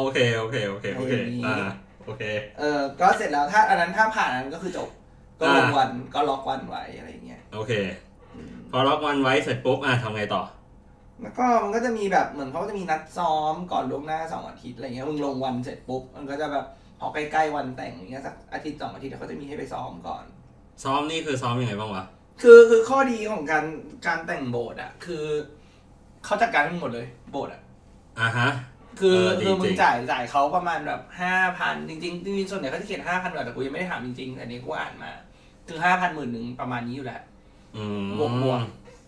B: โอเคโอเคโอเคโอเคอ่าโอเค
A: เออ ก็เสร็จแล้วถ้าอันนั้นถ้าผ่านอันนั้นก็คือจบ ก็ลงวันก็ล็อกวันไว้อะไรอย่างเงี้ย
B: โอเค
A: อืม
B: พอล็อกวันไว้เสร็จปุ๊บอ่ะทำไงต่อ
A: แล้วก็มันก็จะมีแบบเหมือนเขาก็จะมีนัดซ้อมก่อนล่วงหน้าสองอาทิตย์อะไรเงี้ย มึงลงวันเสร็จปุ๊บมันก็จะแบบพอใกล้ๆวันแต่งอย่างเงี้ยสักอาทิตย์สองอาทิตย์เขาจะมีให้ไปซ้อมก่อน
B: ซ้อมนี่คือซ้อมยังไงบ้างวะ
A: คือคือข้อดีของการการแต่งโบสถ์อ่ะ คือเขาจัดการให้มึงหมดเลยโบสถ์อ่ะ
B: อ่ะฮะ
A: คือ
B: เออดี
A: คือมึ
B: จริ
A: ง
B: ง
A: จ่ายจ่ายเขาประมาณแบบห้าพันจริงๆจริงๆส่วนใหญ่เขาจะเขียนห้าพันกว่าแต่กูยังไม่ได้ถามจริงๆแต่อันนี้กูอ่านมาคือห้าพันหมื่นหนึ่งประมาณนี้อยู่แหละ
B: อืม
A: บวกบวก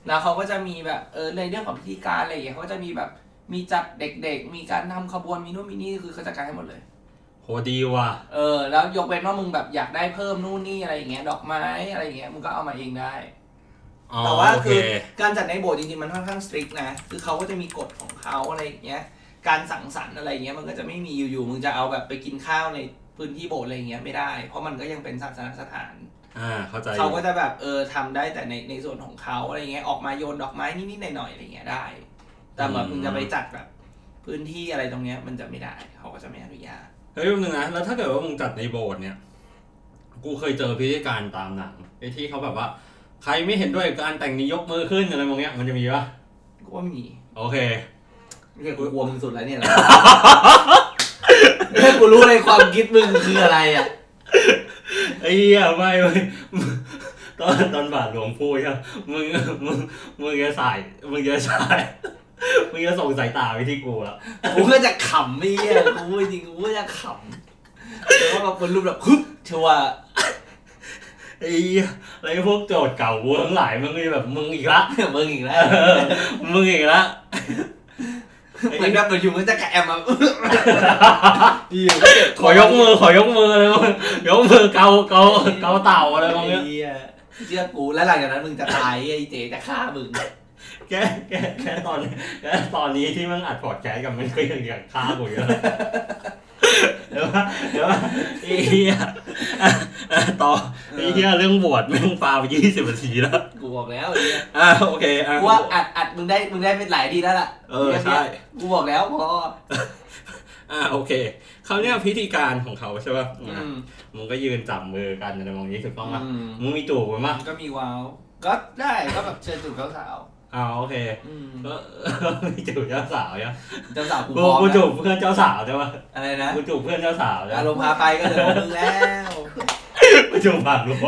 A: แล้วเขาก็จะมีแบบเออในเรื่องของพิธีการอะไรอย่างเงี้ยเขาก็จะมีแบบมีจัดเด็กๆ มีการทำขบวนมีนู่นมีนี่คือเขาจัดการให้หมดเลย
B: โหดีว่ะ
A: เออแล้วยกเว้นว่ามึงแบบอยากได้เพิ่มนู่นนี่อะไรอย่างเงี้ยดอกไม้อะไรอย่างเงี้ยมึงก็เอามาเองได้
B: อ๋อ
A: แต่ว่า
B: โอเค
A: คือการจัดในโบสถ์จริงๆ มันค่อนข้างสตริกนะ คือเขาก็จะมีกฎของเขาอะไรอย่างเงี้ย การสังสรรค์อะไรอย่างเงี้ยมันก็จะไม่มีอยู่ๆ มึงจะเอาแบบไปกินข้าวในพื้นที่โบสถ์อะไรอย่างเงี้ยไม่ได้ เพราะมันก็ยังเป็นศาสนสถาน
B: อ่าเข้าใจ
A: เขาก็จะแบบเออทำได้แต่ในในส่วนของเขาอะไรเงี้ยออกมาโยนดอกไม้นิดๆหน่อยๆอะไรเงี้ยได้ แต่แบบมึงจะไปจัดแบบพื้นที่อะไรตรงเนี้ยมันจะไม่ได้เขาก็จะไม่อนุญาต
B: เฮ้ยแป๊บนึงนะแล้วถ้าเกิดว่ามึงจัดในโบสถ์เนี่ย กูเคยเจอพิธีการตามหนังไอ้ที่เขาแบบว่า ใครไม่เห็นด้วยกับการแต่งนี้ยกมือขึ้นอะไรแบบเนี้ยมันจะมีปะ
A: กูว่ามี
B: โอเค
A: เนี่ยกูกลัวมึงสุดแล้วเนี่ย แหละ เนี่ยกูรู้เลยความคิดมึงคืออะไรอ่ะ
B: ไอ้เหี้ยไม่เว้ย ตอนตอนบาทหลวงพูดอะมึงมึงมึงจะสายมึงจะสาย มึงจะส่งสายตาไปที่กูละ
A: กูก็จะขำไม่เยี่ยกูพูดจริงกูก็จะขำแต่ว่าแบบคนรูปแบบฮึบชัวร์
B: ไอ้เหี้ยแล้วไอ้พวกโจทย์เก่ากูทั้งหลายมึงก็จะแบบมึงอีกละ
A: มึงอีก แล้ว
B: เออมึงอีกละ
A: เหมือนแบบอยู่มึงจะกระแอ มมา อยู่
B: ขอยกมือขอยกมือเลยมึงยกมือเกาเกาเกาเต่าอะไรมองเนี้ย
A: ยเชื่อกูแล้วหลังจากนั้นมึงจะตายไอ้เจจะฆ่ามึง
B: แกแกแกตอนแกตอนนี้ที่มึงอัดพอดแคสต์กับมันก็ยังอยากฆ่ากูอยู่นะเดี๋ยวว่าเดี๋ยวว่าไอ้เหี้ยอ่ะอ่ะต่อ ไอ้เหี้ยเรื่องบวชแม่งปาไปยี่สิบนาทีแล้ว
A: กูบอกแล้วไอ้เหี้ย
B: อ่าโอเคอ่ะ
A: กูว่าอัดอัดมึงได้มึงได้เป็นหลายทีแล้วล่ะ
B: เออใช่
A: กูบอกแล้วพอ
B: อ่าโอเคเขาวเนี่ยพิธีการของเขาใช่ป่ะ
A: อืม
B: มึงก็ยืนจับมือกันอะไรมองนี้ถูกต้องป่ะ
A: อืม
B: มึงมีจูบมั้ย
A: ก็มีว้าวก็ได้ก็แบบเชิญจูบเจ้าสาว
B: อ่าโอเค
A: อืม
B: ก็ มีจูบเจ้าสาวใช่ปะ
A: เจ้าสาวกูพ
B: กู
A: ร้อม
B: กูจู
A: นะ
B: บเพื่อนเจ้าสาวใช่ป่ะ
A: อะไรนะ
B: กูจูบเพื่อนเจ้าสาวใช่
A: อาร
B: ปะ
A: มณ์พาไปก็เหลือมึงแล้ว
B: กูจูบบาดหลวง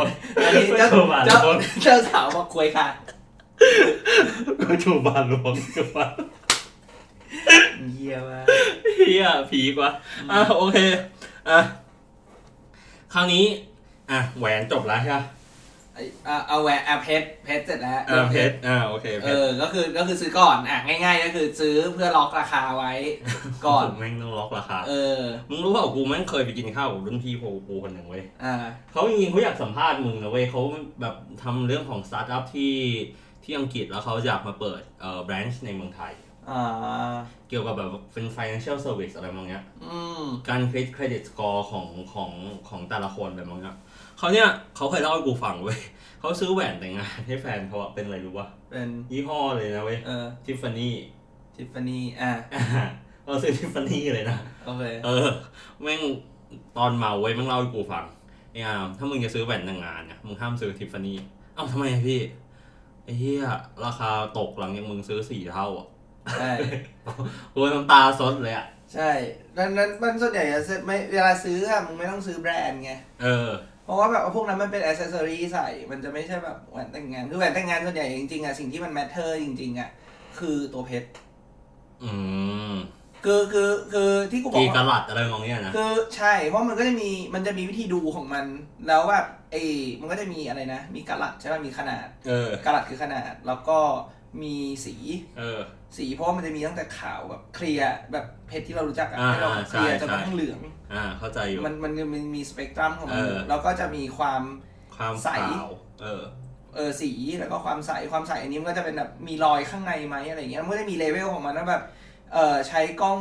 A: อันนี้
B: กู
A: เจ้า
B: จูบบาดหล
A: เจ้าว
B: ง
A: เจ้าสาวมาคุยค่ะ
B: กูถูกบาลหลวงถูกบาล
A: เยี่ยมาก
B: เฮียผีกว่าอ่ะโอเคอ่ะคราวนี้อ่ะแหวนจบแล้วใช่ปะ
A: ไอ้อ่ะเอาแหวนอ่ะเพชรเพชรเสร็จแล้ว
B: เออเพชรอ่ะโอเคเพ
A: เอ
B: ชร
A: อก็คือก็คือซื้อก่อนอ่ะง่ายๆ ก็คือซื้อเพื่อล็อกราคาไว้ ก่อน
B: ผมแม่งต้องล็อกราคา
A: เออ
B: มึงรู้เปล่ากูแม่งเคยไปกินข้าวกับรุ่นพี่โพกูคนหนึ่งเว้ย
A: อ่า
B: เขาจริงๆเขาอยากสัมภาษณ์มึงนะเว้ยเขาแบบทำเรื่องของสตาร์ทอัพที่ที่อังกฤษแล้วเขาอยากมาเปิดเอ่อแบรนช์ในเมืองไทย
A: อ่า
B: เกี่ยวกับแบบเป็น financial service อะไรบางอย่าง
A: อืม
B: การคิดเครดิตสกอร์ของของของแต่ละคนอะไรบางอย่างเขาเนี่ยเขาเคยเล่าให้กูฟังเว้ย เขาซื้อแหวนแต่งงานให้แฟนเขาอะเป็นอะไรรู้ป่ะ
A: เป็น
B: ยี่ห้อเลยนะเว้ย
A: เออ
B: ทิฟฟานี่
A: ทิฟฟานี่อ่ะ
B: เราซื้อทิฟฟานี่เลยนะ
A: โอเค
B: เออแม่งตอนเมาเว้ยแม่งเล่าให้กูฟังไอ้อามถ้ามึงจะซื้อแหวนแต่งงานเนี่ยมึงห้ามซื้อทิฟฟานี่เอ้าทำไมอะพี่ไอ้เหี้ยราคาตกหลังจากมึงซื้อสี่เท่าอ่ะ
A: ใช่
B: กูน้ำตาซดเลยอ่ะ
A: ใช่นั้นนั้นมันส่วนใหญ่จะซื้อไม่เวลาซื้ออะมึงไม่ต้องซื้อแบรนด์ไง
B: เออ
A: เพราะว่าแบบพวกนั้นมันเป็นอ c เซอรี่ใส่ มันจะไม่ใช่แบบแหวนแต่งงาน คือแหวนแต่งงานส่วนใหญ่จริงๆอะสิ่งที่มันแมทเทอร์จริงๆอะคือตัวเพชร
B: อืม
A: คือคือคือที่กูบอก
B: กี่กะ
A: ว่า
B: ลัดอะไรมองเนี้ยนะ
A: คือใช่ เพราะมันก็จะมีมันจะมีวิธีดูของมัน แล้วแบบไอ้มันก็จะมีอะไรนะ มีกะลัดใช่ไหมมีขนาด
B: เออก
A: ะลัดคือขนาด แล้วก็มีสี
B: เออ
A: สีเพราะว่ามันจะมีตั้งแต่ขาวแบบเคลียร์แบบเพชรที่เรารู้จักอะ
B: อ่า
A: ที่เรา
B: อ่า
A: เคลียร์
B: ใช่
A: จนกระ
B: ใช่
A: ทั่งเหลือง
B: อ่าเข้าใจอยู่
A: มันมันมันมีสเปกตรัมของมันอยู่
B: เออ
A: แล้วก็จะมีความ
B: ความ
A: ใส
B: ขาวเออ
A: เออสีแล้วก็ความใสความใสอันนี้มันก็จะเป็นแบบมีรอยข้างในไหมอะไรอย่างเงี้ยมันก็จะมีเลเวลของมันว่าแบบเออใช้กล้อง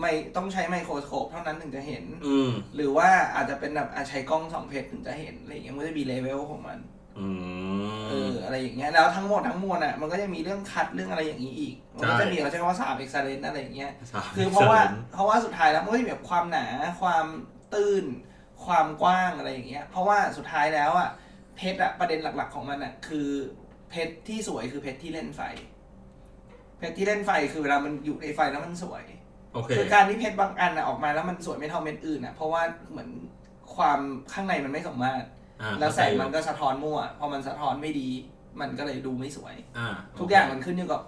A: ไม่ต้องใช้ไมโครสโคปเท่านั้นถึงจะเห็น
B: อืม
A: หรือว่าอาจจะเป็นแบบอ่ะใช้กล้องสองเพชรถึงจะเห็นอะไรอย่างเงี้ยมันก็จะมีเลเวลของมัน
B: อื
A: เอ
B: ม
A: ออะไรอย่างเงี้ยแล้วทั้งหมดทั้งมวลอ่ะมันก็จะมีเรื่องคัดเรื่องอะไรอย่างนี้อีกมันก็
B: ใช่
A: จะมีเขาใช้คำว่าสามเอ็กซ์เลนอะไรอย่างเงี้ย
B: สม
A: คือเพราะว่า
B: สน
A: เพราะว่าสุดท้ายแล้วมันก็จะมีแบบความหนาความตื้น ความกว้างอะไรอย่างเงี้ย เพราะว่าสุดท้ายแล้วอ่ะเพชรอะประเด็นหลักๆของมันอ่ะคือเพชรที่สวยคือเพชรที่เล่นไฟ เพชรที่เล่นไฟคือเวลามันอยู่ในไฟแล้วมันสวย
B: โอเค
A: คือการที่เพชรบางอันอะออกมาแล้วมันสวยไม่เท่าเม็ดอื่นอะเพราะว่าเหมือนความข้างในมันไม่สมมาตร
B: อ่า
A: แล้วแสง
B: เข้าใจอยู่
A: มันก็สะท้อนมั่วพอมันสะท้อนไม่ดี มันก็เลยดูไม่สวย
B: อ่า
A: ทุกอย่างมันขึ้นอยู่กับ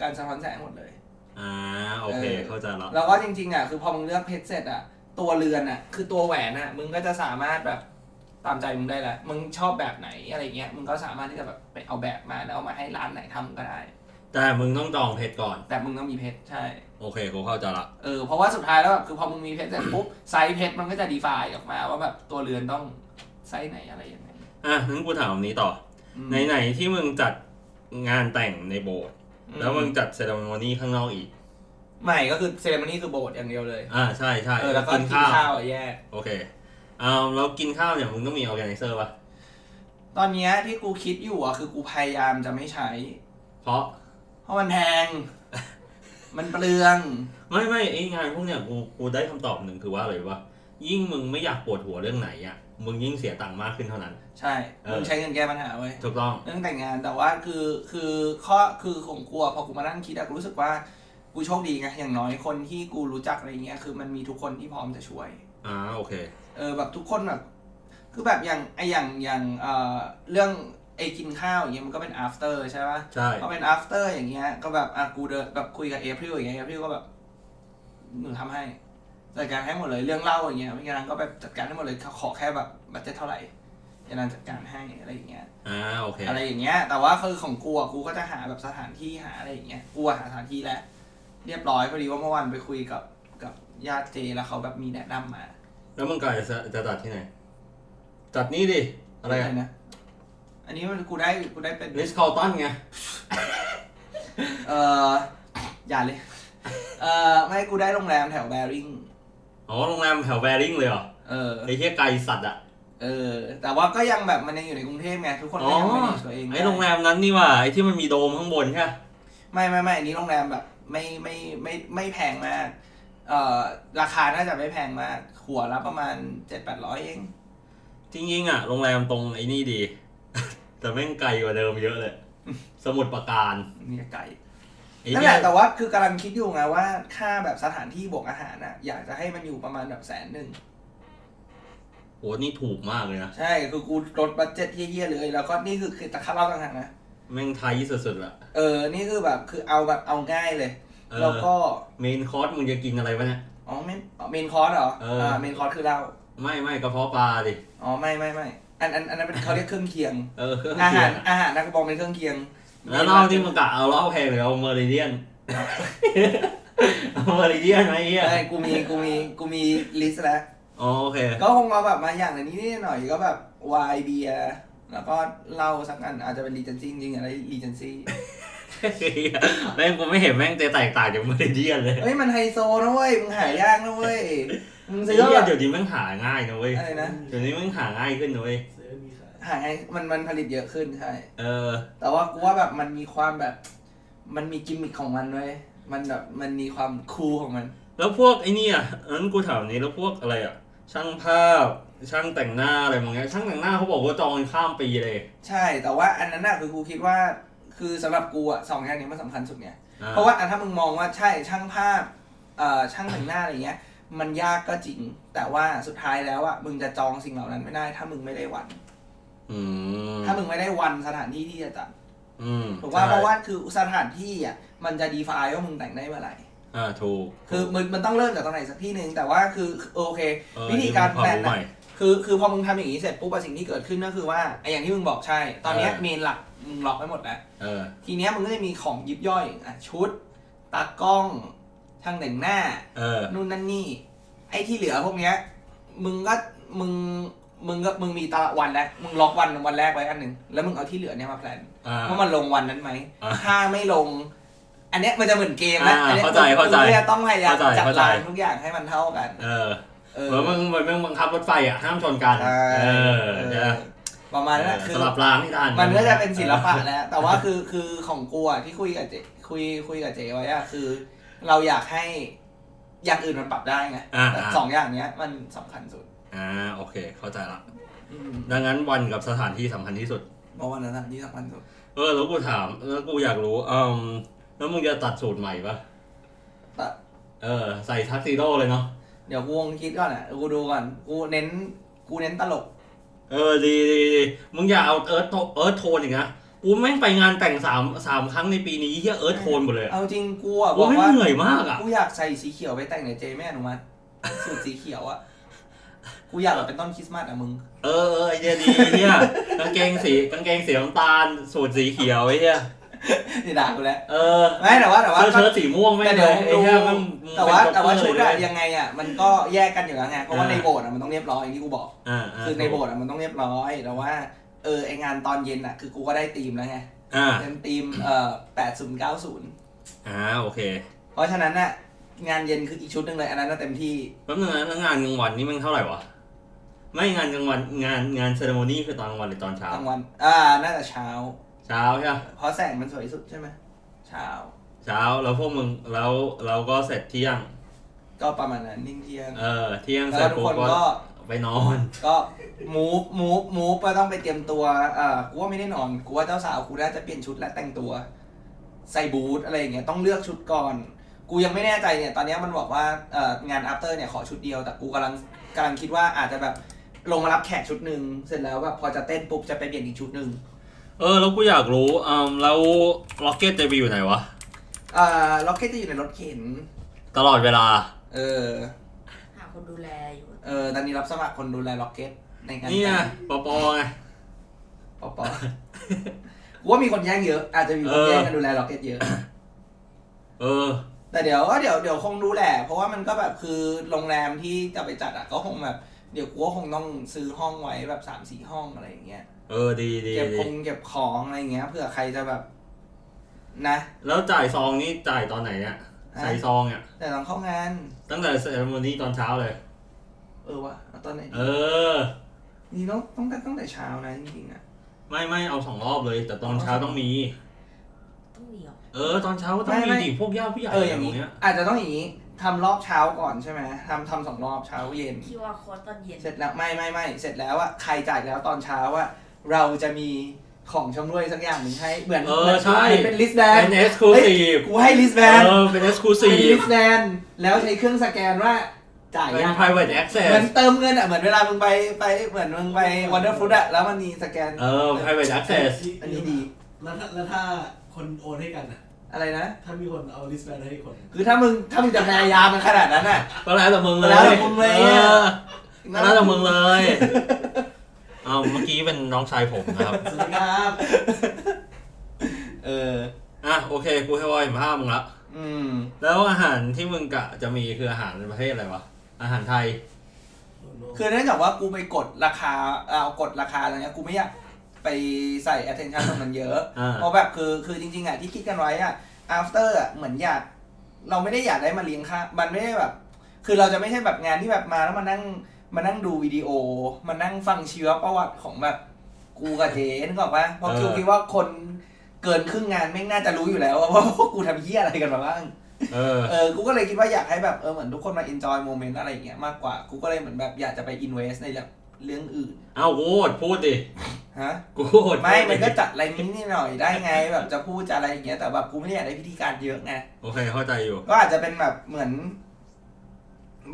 A: การสะท้อนแสงหมดเลย
B: อ่าโอเค
A: เออ
B: เข้าใจละ
A: แล้วก็จริงๆอ่ะคือพอมึงเลือกเพชรเสร็จอ่ะตัวเรือนอ่ะคือตัวแหวนอ่ะมึงก็จะสามารถแบบตามใจมึงได้ละมึงชอบแบบไหนอะไรเงี้ยมึงก็สามารถที่จะแบบไปเอาแบบมาแล้วเอามาให้ร้านไหนทำก็ได้
B: แต่มึงต้องจองเพชรก่อน
A: แต่มึงต้องมีเพชรใช่
B: โอเคกูเข้าใจละ
A: เออเพราะว่าสุดท้ายแล้วแบบคือพอมึงมีเพชรเสร็จปุ๊บไซส์เพชรมันก็จะดีไฟออกมาว่าแบบตัวเรือนต้องไซส์ไหนอะไรยังไง
B: อ่ะงั้นกูถามแบบนี้ต่อ
A: อืม
B: อไหนๆที่มึงจัดงานแต่งในโบสถ์แล้วมึงจัดเซเลมอนี่ข้างนอกอีก
A: ใหม่ก็คือเซเลมอนี่คือโบสถ์อย่างเดียวเลย
B: อ่าใช่ใช่
A: เออแล้วก็กินข้าวอะแยก
B: โอเคอ่าแล้วกินข้าวเนี่ยมึงต้องมีออแกไนเซอร์ป่ะ
A: ตอนเนี้ยที่กูคิดอยู่อ่ะคือกูพยายามจะไม่ใช้
B: เพราะ
A: เพราะมันแพ ง มันเปลือง
B: ไม่ไม่ไองานพวกเนี่ยกูกูได้คำตอบหนึ่งคือว่าอะไรรู้ป่ะยิ่งมึงไม่อยากปวดหัวเรื่องไหนอ่ะมึงยิ่งเสียตังค์มากขึ้นเท่านั้น
A: ใช่
B: เออ
A: มึงใช้เงินแก้ปัญหาเว้ย
B: ถูกต้อง
A: เรื่องแต่งงานแต่ว่าคือคือข้อคือของกลัวพอกูมานั่งคิดอะกูรู้สึกว่ากูโชคดีไงอย่างน้อยคนที่กูรู้จักอะไรเงี้ยคือมันมีทุกคนที่พร้อมจะช่วย
B: อ่าโอเค
A: เออแบบทุกคนแบบคือแบบอย่างไออย่างอย่างเอ่อเรื่องไอกินข้าวอย่างเงี้ยมันก็เป็น after ใช่ปะ
B: ใช่
A: พอเป็น after อย่างเงี้ยก็แบบอ่ะกูเดินแบบคุยกับเอพริลอย่างเงี้ยเอพริลก็แบบหนูทำให้จัดการให้หมดเลยเรื่องเหล่าอย่างเงี้ยพี่นางก็แบบจัดการให้หมดเลยขอแค่แบบบัตเจ็ตเท่าไหร่ยานางจัดการให้อะไรอย่างเงี้ย
B: อ่าโอเค
A: อะไรอย่างเงี้ย แต่ว่าคือของกูอ่ะกูก็จะหาแบบสถานที่หาอะไรอย่างเงี้ย กูอะหาสถานที่แล้วเรียบร้อยพอดีว่าเมื่อวานไปคุยกับกับญาติเจแล้วเขาแบบมีแนะนำมา
B: แล้วมึงกายจะจะจัดที่ไหน จัดนี่ดิอะไรอะ
A: นะ อันนี้มันกูได้กูได้เป็น
B: ริสคอลตันไง
A: เอ่ออย่า เลย เอ่อไม่กูได้โรงแรมแถวแบริ่ง
B: อ๋อโรงแรมแถวแบริ่งเลยเหรอ
A: เออ
B: ไอ้เหี้ยไกลสัตว์อะ
A: เออ แต่ว่าก็ยังแบบมันยังอยู่ในกรุงเทพไงทุกคน
B: อ๋อ
A: ก็ยังไม่ได้ตัวเองด้
B: ไอ้โรงแรมนั้นนี่หว่าไอ้ที่มันมีโดมข้างบนใช่ปะ
A: ไม่ไม่ไม่อันนี้โรงแรมแบบ ไม่ไม่ไม่ไม่แพงมาก เอ่อราคาน่าจะไม่แพงมากหัวละประมาณเจ็ดแปดร้อยเอง
B: จริงๆอ่ะโรงแรมตรงไอ้นี่ดี แต่แม่งไกลกว่าเดิมเยอะเลย สมุดประการ
A: มีไก่
B: ไอ้
A: นั่น
B: เนี่
A: แห
B: ย
A: ละแต่ว่าคือกำลังคิดอยู่ไงว่าค่าแบบสถานที่บวกอาหารน่ะอยากจะให้มันอยู่ประมาณแบบแสนหนึ่ง
B: โหนี่ถูกมากเลยนะ
A: ใช่คือกูลดบัตเจ็ตเยี่ยๆเลย แล้วก็นี่คือคือตะคาเล่าต่างหากนะ
B: แม่งไทยสุดๆละ
A: เออ นี่คือแบบคือเอาแบบเอาง่ายเลย
B: เอ
A: แล้ว
B: อ
A: ก็
B: เมนคอร์สมึงจะกินอะไรวะเนี่ย
A: อ๋อเมนอ๋อเมนคอร์สเหรอ
B: เอออ่
A: เมนคอร์สคือเหล้า
B: ไม่ไม่กระเพาะปลาดิ
A: อ๋อไม่ไม่ไม่อันอันอันนั้นเป็นเขาเรียกเครื่องเคียง
B: เออเครื่อง
A: อา
B: เคี
A: หาย รง อาหารนักบองเป็นเครื่องเคียง
B: แล้วเหล้าที่มึงกะเอาเหล้าแพงหรือเอาเมอริเดียน เอาเมอริเดียนไหมไอ้เฮีย
A: เอ้ยกูมีกูมีกูมีลิสต์แล้ว
B: อ๋อโอเค
A: ก็คงเอาแบบมาอย่างละนี้นิดหน่อยก็แบบวายเบียร์แล้วก็เหล้าสักอันอาจจะเป็นรีเจนซี่จริงๆอะไรรีเจนซี่
B: แม่งกูไม่เห็นแม่งจะแตกต่างจากเมอริเดียนเลย
A: เฮ้ยมันไฮโซนะเว้ยมึงหายากนะเว้ยมึง
B: เ
A: ซื้อแบบ
B: เดี๋ยวนี้แม่งหาง่ายนะเว้ย
A: อะไรนะ
B: เดี๋ยวนี้แม่งหาง่ายขึ้นนะเว้ย
C: เสือมีขาย
A: หายมันมันผลิตเยอะขึ้นใช่
B: เออ
A: แต่ว่ากูว่าแบบมันมีความแบบ มันมีกิมมิคของมันเว้ยมันแบบมันมีความคูลของมัน
B: แล้วพวกไอ้นี่อ่ะนั้นกูถามนี้แล้วพวกอะไรอ่ะ ช่างภาพ ช่างแต่งหน้าอะไรมองเงี้ยช่างแต่งหน้าเขาบอกว่าจองกันข้ามปีเลย
A: ใช่ แต่ว่าอันนั้นน่ะคือกูคิดว่า คือสำหรับกูอะสองอย่างนี้มันสำคัญสุดเนี่ย
B: อ่
A: เพราะว่าอันถ้ามึงมองว่าใช่ช่างภาพเอ่อช่างแต่งหน้าอะไรเงี้ย มันยากก็จริง แต่ว่าสุดท้ายแล้วอะมึงจะจองสิ่งเหล่านั้นไม่ได้ ถ้ามึงไม่ได้วัน
B: อืม
A: ถ้ามึงไม่ได้วันสถานที่ที่จะจัด
B: อืม
A: ถูกว่า
B: ใช่
A: เพราะว่าคือสถานที่อะมันจะดีไฟว่ามึงแต่งได้เมื่อไหร่
B: อ่าถูก
A: คือมันมันต้องเริ่มจากตรงไหนสักที่หนึ่งแต่ว่าคือโอเค
B: เออ
A: วิธีการ
B: นี่เป็นควม
A: แต่ง
B: ใหม่
A: น่ะ คือคือพอมึงทำอย่างนี้เสร็จปุ๊บอะสิ่งที่เกิดขึ้นก็คือว่าไออย่างที่มึงบอกใช่ ตอนเนี้ย
B: เออ
A: เมนหลักมึงล็อกไว้หมดแล้ว
B: เออ
A: ทีเนี้ยมึงก็จะมีของยิบย่อยอ่ะชุดตากล้องช่างแต่งหน้า
B: เออ
A: นู่นนั่นนี่ ไอ้ที่เหลือพวกเนี้ย มึงก็มึงมึงก็มึงมีตารางวันแล้วมึงล็อกวันวันแรกไว้อันหนึ่งแล้วมึงเอาที่เหลือเนี่ยมาแพลน
B: อ่า
A: ว่ามันลงวันนั้นไหม
B: อ่า
A: ถ้าไม่ลง อันเนี้ยมันจะเหมือนเกมแล้ว
B: อ่า
A: อันนี้ย
B: เข้าใจ
A: มึง
B: เข้าใจ
A: มึงนี่ยต้องพยายาม
B: เข้าใจ
A: จัด
B: เข้าใจ
A: รางทุกอย่างให้มันเท่ากัน
B: เออ
A: เอ
B: เห
A: อ
B: มือนมึงเหมือนมึงบังคับรถไฟอ่ะห้ามชนกัน
A: ใช่
B: เออ
A: เอ
B: จะ
A: อประมาณนั้นนะคือ
B: สลับรางให้ทัน
A: มันก็จะเป็นศิลปะ แล้ว แต่ว่าคือคือของกูอะที่คุยกับเจคุยคุยกับเจไว้อะคือ เราอยากให้อย่างอื่นมันปรับได้ไง
B: อ่า
A: แต่
B: อ่า
A: สองอย่างเนี้ย มันสำคัญสุด
B: อ่าโอเค เข้าใจละ
A: อืม
B: ดังนั้นวันกับสถานที่สำคัญที่สุด
A: เพราะวันนั้นอะที่สำคัญสุด
B: เออแล้วกูถามแล้วกูอยากรู้อืมแล้วมึงจะตัดสูตรใหม่ปะ
A: แต่
B: เออ ใส่ทักซิโดเลยเนาะ
A: เดี๋ยวกูคงคิดก่อนอะกูดูก่อนกูเน้นกูเน้นตลก
B: เออดีดีดีมึงอย่าเอาเอิร์ธโทเอิร์ธโทนอีกนะกูแม่งไปงานแต่งสามสามครั้งในปีนี้เฮียเอิร์ธโทนหมดเลยอะ
A: เอาจริงกูอะบ
B: กู
A: อก
B: ไม่ง
A: ว่า
B: เหนื่อยมากอ่ะ
A: กูอยากใส่สีเขียวไปแต่งในเจไม่อนุมัติ สูตรสีเขียวอะกูอยากแบบเป็นต้นคริสต์มาสอะมึง
B: เออเออไอเดียดีเนี่ยกางเกงสีกางเกงสีน้ำตาลสูตรสีเขียวไอ้เหี้ย
A: นี่ด่ากูแล้ว
B: เออ
A: ไม่แต่ว่าแต่ว่า
B: เสื้อเชิ้ตสีม่วงไม่ง
A: แต่เดี๋
B: เ
A: วย ผม
B: ลยไอ้
A: ดู
B: เหี้ยมันมัน
A: แต่ว่า
B: เป็น
A: แต่ว่า
B: จ็
A: ชุ
B: อ
A: ด
B: กเกอ
A: อะ
B: ร์เลยเว้ย
A: ยังไงอะมันก็แยกกันอยู่แล้วไงเพราะว่าในโบสถ์อะมันต้องเรียบร้อยอย่างที่กูบอก
B: อ่าา
A: คือในโบสถ์อะมันต้องเรียบร้อยแต่ว่าเออไองานตอนเย็นอะคือกูก็ได้ธีมแล้วไง
B: อ่า
A: เป็นธีมเอ่อแปดศูนย์เก้าศูนย์
B: อ่าโอเค
A: เพราะฉะนั้นอะงานเย็นคืออีกชุดหนึ่งเลยอันนั้นน่ะเต็มที่
B: แป๊บนึงนะแล้วงานกลางวันนี่มันเท่าไหร่วะไม่งานกลางวันงานงานเซเลโมนี่คือตอนกลางวันหรือตอนเช้า
A: กลางวันอ่าน่าจะเช้า
B: เช้าใช่ปะ
A: เพราะแสงมันสวยสุดใช่ไหมเช้า
B: เช้าแล้วพวกมึงแล้วเราก็เสร็จเที่ยง
A: ก็ประมาณนั้นนิ่งเที่ยง
B: เออเที่ยง
A: แล้
B: เสร็จ
A: วทุก
B: ปุ๊บ
A: คน
B: ก็
A: ก็
B: ไปนอน
A: ก็มูฟมูฟมูฟก็ต้องไปเตรียมตัวเอ่อกูว่าไม่ได้นอนกูว่าเจ้าสาวกูน่าจะเปลี่ยนชุดและแต่งตัว ใส่บูทอะไรอย่างเงี้ยต้องเลือกชุดก่อน กูยังไม่แน่ใจเนี่ย ตอนเนี้ยมันบอกว่าเอ่องาน after เนี่ยขอชุดเดียว แต่กูกำลังกำลังคิดว่าอาจจะแบบลงมารับแขกชุดหนึ่งเสร็จแล้วแบบพอจะเต้นปุ๊บจะไปเปลี่ยนอีกชุดหนึ่ง
B: เออแล้วกูอยากรู้อืมแล้วล็อกเก็ตจะไปอยู่ไหนวะ
A: เอ่อล็อกเก็ตจะอยู่ในรถเข็น
B: ตลอดเวลา
A: เออ
D: หาคนดูแลอยู่
A: เออตอนนี้รับสมัครคนดูแลล็อกเก็ตในงาน
B: นี่ไง
A: แต่ง
B: ปอปอไง
A: ปอปอ กูว่ามีคนแย่งเยอะ อาจจะมีคน
B: เออ
A: แย่งกันดูแลล็อกเก็ตเยอะ
B: เออ
A: แต่เดี๋ยวก็เดี๋ยวเดี๋ยวคงรู้แหละ เพราะว่ามันก็แบบคือโรงแรมที่จะไปจัดอ่ะก็คงแบบเดี๋ยวกูก็คงต้องซื้อห้องไว้แบบสามสี่ห้องอะไรอย่างเงี้ย
B: เออดีดี
A: เก็บ
B: ดี
A: คงเก็บของอะไรอย่างเงี้ยเผื่อใครจะแบบ นะ
B: แล้วจ่ายซองนี่จ่ายตอนไหนเนี่ยใส่ซองเนี่ย
A: แต่ตอนเข้างาน
B: ตั้งแต่เซเลโมนี่ตอนเช้าเลย
A: เออวะเอาตอนไหน
B: เอ
A: ดี
B: อ
A: นี่ต้องต้องแต่ตั้งแต่เช้านะจริงๆอ่ะ
B: ไม่ไม่เอาสองรอบเลย แต่ตอนเช้าต้องมี
D: ต้องมีเหรอ
B: เออ ตอนเช้าก็ต้องมี
A: ไม่ไม่
B: ดิพวกย่าติผู้ใหญ่
A: เอออย่าง
B: พว
A: นี้
B: กเนี้ย
A: อาจจะต้องอย่างนี้ทำรอบเช้าก่อนใช่ไหมทำทำสองรอบเช้าเย็น
D: คิวอาร์โค้ดตอนเย็น
A: เสร็จแล้วไม่ไม่ไม่เสร็จแล้วอะใครจ่ายแล้วตอนเช้าอะเราจะมีของชำร่วยสักอย่างหนึ่งให้เหมือน
B: เออใช่
A: เหมือนเป็นลิสแบน
B: เป็นเอ็กซ์คลูซีฟ
A: กูให้ลิสแบน
B: เออเป็นเอ็กซ์คลู
A: เป็
B: ซี
A: น
B: ฟ
A: ลิสแบนแล้วใช้เครื่องสแกนว่าจ่าย
B: เป็น
A: ยัง
B: private
A: เหมือ
B: access
A: นเติมเงินอะเหมือนเวลามึงไปไปเหมือนมึงไปวันเดอร์ฟูดอะแล้วมันมีสแกน
B: เออ private access
A: อันนี้ดี
C: แล้วถ้าแล้วถ้าคนโอนให้กันอ่ะ
A: อะไรนะ
C: ถ้ามีคนเอาลิสแบนให้คน
A: คือถ้ามึงถ้ามึงจะพยายามมันขนาดนั้นอ่ะ
B: ก็แล้วแต่มึงเลย
A: แล้วแต่มึงเลย
B: อ
A: อะ
B: อแล้วแต่มึงเลย เอาเมื่อกี้เป็นน้องชายผมนะครับ
C: สวัสดีครับ
A: เออ
B: อ่ะโอเค กูให้วอยภาพมึงละ
A: อืม
B: แล้วอาหารที่มึงกะจะมีคืออาหารประเภทอะไรวะ อาหารไทย
A: คือเนื่องจากว่ากูไปกดราคาเอากดราคาอะไรเงี้ยกูไม่อยากไปใส่ attention กับมันเยอะ
B: อ่า
A: เพราะแบบคือคือจริงๆอ่ะที่คิดกันไว้อ่ะ after อ่ะเหมือนอยาก เราไม่ได้อยากได้มาเลี้ยงค่ามันไม่ได้แบบ คือเราจะไม่ใช่แบบงานที่แบบมาแล้วมานั่งมานั่งดูวิดีโอ มานั่งฟังชีวประวัติของแบบกูกับเจนกออกปะเพราะ
B: เออ
A: คิวคิดว่าคนเกินครึ่งงานแม่งน่าจะรู้อยู่แล้วว่า พวกกูทำเหี้ยอะไรกันมาบ้าง
B: เออ
A: เออ กูก็เลยคิดว่าอยากให้แบบเออเหมือนทุกคนมา enjoy moment อะไรอย่างเงี้ยมากกว่า กูก็เลยเหมือนแบบอยากจะไป invest ในแบบเรื่องอื่น
B: เอากูอดพูดดิ
A: ฮะ
B: กูอดพูดดิ
A: ไม่ มันก็จัดอะไรนิดๆหน่อยๆได้ไง แบบจะพูดจะอะไรอย่างเงี้ย แต่แบบกูไม่ได้อยากได้พิธีการเยอะไง
B: โอเคเข้าใจอยู่
A: ก็อาจจะเป็นแบบเหมือน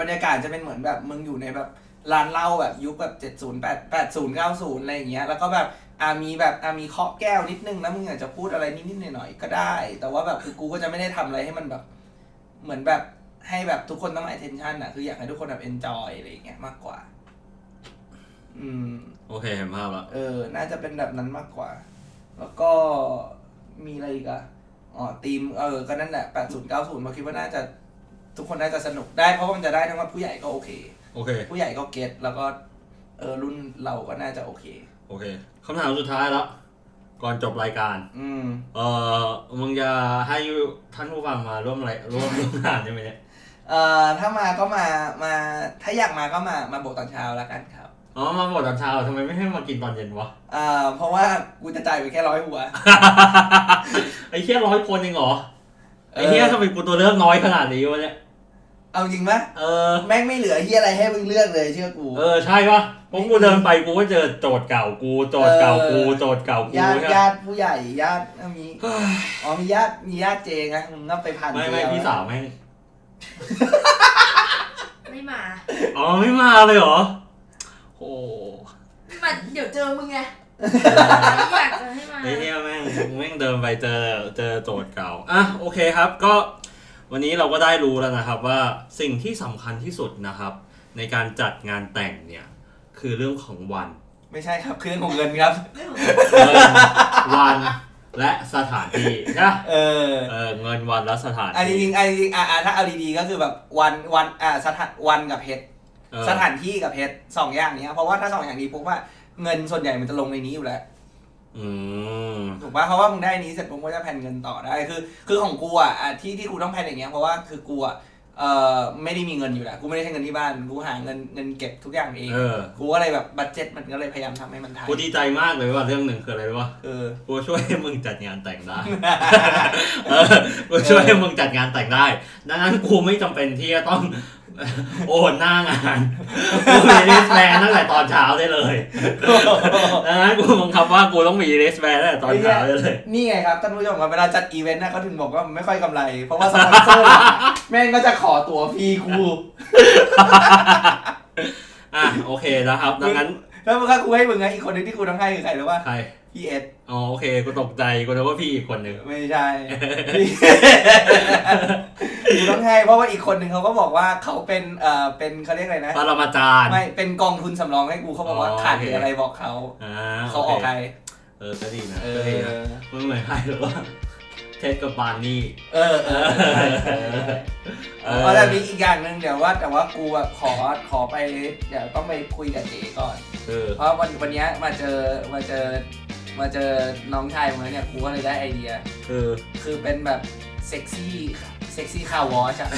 A: บรรยากาศจะเป็นเหมือนแบบมึงอยู่ในแบบร้านเหล้าแบบยุคแบบเจ็ดศูนย์แปดแปดศูนย์เก้าศูนย์อะไรอย่างเงี้ย แล้วก็แบบอามีแบบอามีเคาะแก้วนิดนึงแล้วมึงอยากจะพูดอะไรนิดๆหน่อยๆก็ได้ แต่ว่าแบบคือกูก็จะไม่ได้ทำอะไรให้มันแบบ เหมือนแบบให้แบบทุกคนต้อง attention อ่ะ คืออยากให้ทุกคนแบบ enjoy อะไรอย่างเงี้ยมากกว่า อืม
B: โอเคเห็นภาพละ
A: เออ น่าจะเป็นแบบนั้นมากกว่า แล้วก็มีอะไรอีกอะอ๋อทีม เออ ก็นั่นแหละ 80 90มาคิดว่าน่าจะทุกคนน่าจะสนุกได้ เพราะว่ามันจะได้ทั้งว่าผู้ใหญ่ก็โอเค
B: โอเค
A: ผู้ใหญ่ก็เก็ตแล้วก็ เออ รุ่นเราก็น่าจะโอเค
B: โอเคคำถามสุดท้ายแล้ว ก่อนจบรายการ
A: อืม
B: เออมึงจะให้ท่านผู้ฟังมาร่วมอะไรร่วมร่วมงานใช่ไหมเนี่ย
A: เอ่อ ถ้ามาก็มา มา ถ้าอยากมาก็มา มาโบกตอนเช้าแล้วกันครับ
B: อ๋อมาบอกตอนเช้าทำไมไม่ให้มากินตอนเย็นวะ
A: เอ่อ เพราะว่ากูจะจ่ายไปแค่ร้อยหัว
B: ไอ้เฮียร้อยคนเองเหรอ
A: เออ
B: ไอ้เฮียทำไมกูตัวเลือกน้อยขนาดนี้วะเนี่ย
A: เอาจริงปะ
B: เออ
A: แม่งไม่เหลือเฮียอะไรให้มึงเลือกเลยเชื่อกู
B: เออใช่ปะเพราะกูเดินไปกูก็เจอโจทย์เก่ากู โจทย์เก่ากู
A: เออ
B: โจทย์เก่ากู
A: ญาติ
B: ใช่ปะ
A: ญาติผู้ใหญ่ญาติมีอ๋อมีญาติมีญาติเจไงมึงก็ไปพัน
B: ไม่ไม่
A: เดีย
B: พี่สาวแม่ง
D: ไม่มา
B: อ๋อไม่มาเลยเหรอ โอ้
D: ไม่มา เดี๋ยวเจอมึงไงไม่อยากจะให้มา
B: ไอ้เฮียแม่งแม่งเดินไปเจอเจอโจทย์เก่า อ่ะโอเคครับ ก็วันนี้เราก็ได้รู้แล้วนะครับว่าสิ่งที่สำคัญที่สุดนะครับ ในการจัดงานแต่งเนี่ยคือเรื่องของวัน
A: ไม่ใช่ครับเครื่องของเงินครับ
B: เงินวันและสถานที่นะ
A: เออ
B: เออเงินวันและสถาน
A: อันจ
B: ที่
A: ริงๆอันจริงๆอ่ะอ่ะถ้าเอาดีๆก็คือแบบวันวันอ่ะสถานวันกับเพชร
B: เออ
A: สถานที่กับเพชรสองอย่างเนี้ยเพราะว่าถ้าสองอย่างนี้ปุ๊บว่าเงินส่วนใหญ่มันจะลงในนี้อยู่แล้ว
B: อืม
A: ถูกป่ะเพราะว่ามึงได้อันนี้เสร็จปุ๊บก็จะแผ่นเงินต่อได้คือคือของกูอ่ะอ่ะที่ที่กูต้องแผ่นอย่างเงี้ยเพราะว่าคือกูอ่ะเออไม่ได้มีเงินอยู่แล้วกูไม่ได้ใช้เงินที่บ้านกูหาเงินเงินเก็บทุกอย่างเอง
B: เออ
A: กูก็เลยแบบบัตเจ็ตมันก็เลยพยายามทำให้มันทัน
B: กูดีใจมากเลยว่าเรื่องหนึ่งคืออะไรรู้ป่ะ
A: เออ
B: กูช่วยให้มึงจัดงานแต่งได้ เออกูช่วยให้มึงจัดงานแต่งได้ ดังนั้นกูไม่จำเป็นที่จะต้อง โอนหน้างานกูมีเลสแบนตั้งแต่ตอนเช้าได้เลยดังนั้นกูบังคับว่ากูต้องมีเลสแบนตั้งแต่ตอนเช้าได้เลย
A: นี่ไงครับท่านผู้ชมครับเวลาจัดอีเวนต์นะเขาถึงบอกว่ามันไม่ค่อยกำไร เพราะว่าสปอนเซอร์อะแม่งก็จะขอตั๋วฟรีกู
B: อ่ะโอเคนะครับ ดังนั้น
A: แล้วมันก็กูให้มึงไงอีกคนหนึงที่กูต้องให้คือใครรู้ป่ะ
B: ใคร
A: พี่เอส
B: อ๋อโอเคกูตกใจกูนึกว่าพี่อีกคนหนึ่ง
A: ไม่ใช่ กูต้องให้เพราะว่าอีกคนหนึ่งเขาก็บอกว่าเขาเป็นเอ่อเป็นเขาเรียกอะไรนะ
B: ปรมาจารย์
A: ไม่เป็นกองทุนสำรองให้กูเขาบอกว่า
B: อ๋อ
A: ขาด
B: โอเค
A: เหลืออะไรบอกเขา
B: อ่า
A: เขาออก
B: โค
A: ใคร
B: เออก็ดีนะ
A: เอ
B: ก็ดีนะ
A: อ
B: มึงเหมือนใครหรือว่าเท็ดกับบาร์นี่
A: เออเออใช่ใช่ใช่
B: เอ
A: เพ
B: อ
A: ราะแต่มีอีกอย่างหนึ่งเดี๋ยวว่าแต่ว่ากูแบบขอขอไปเดี๋ยวต้องไปคุยกับเจก่อน
B: เออ
A: เพราะวันวันเนี้ยมาเจอมาเจอมาเจอน้องชายของเราเนี่ยกูก็เลยได้ไอเดีย
B: เออ
A: คือเป็นแบบเซ็กซี่เซ็กซี่คาวอชอะ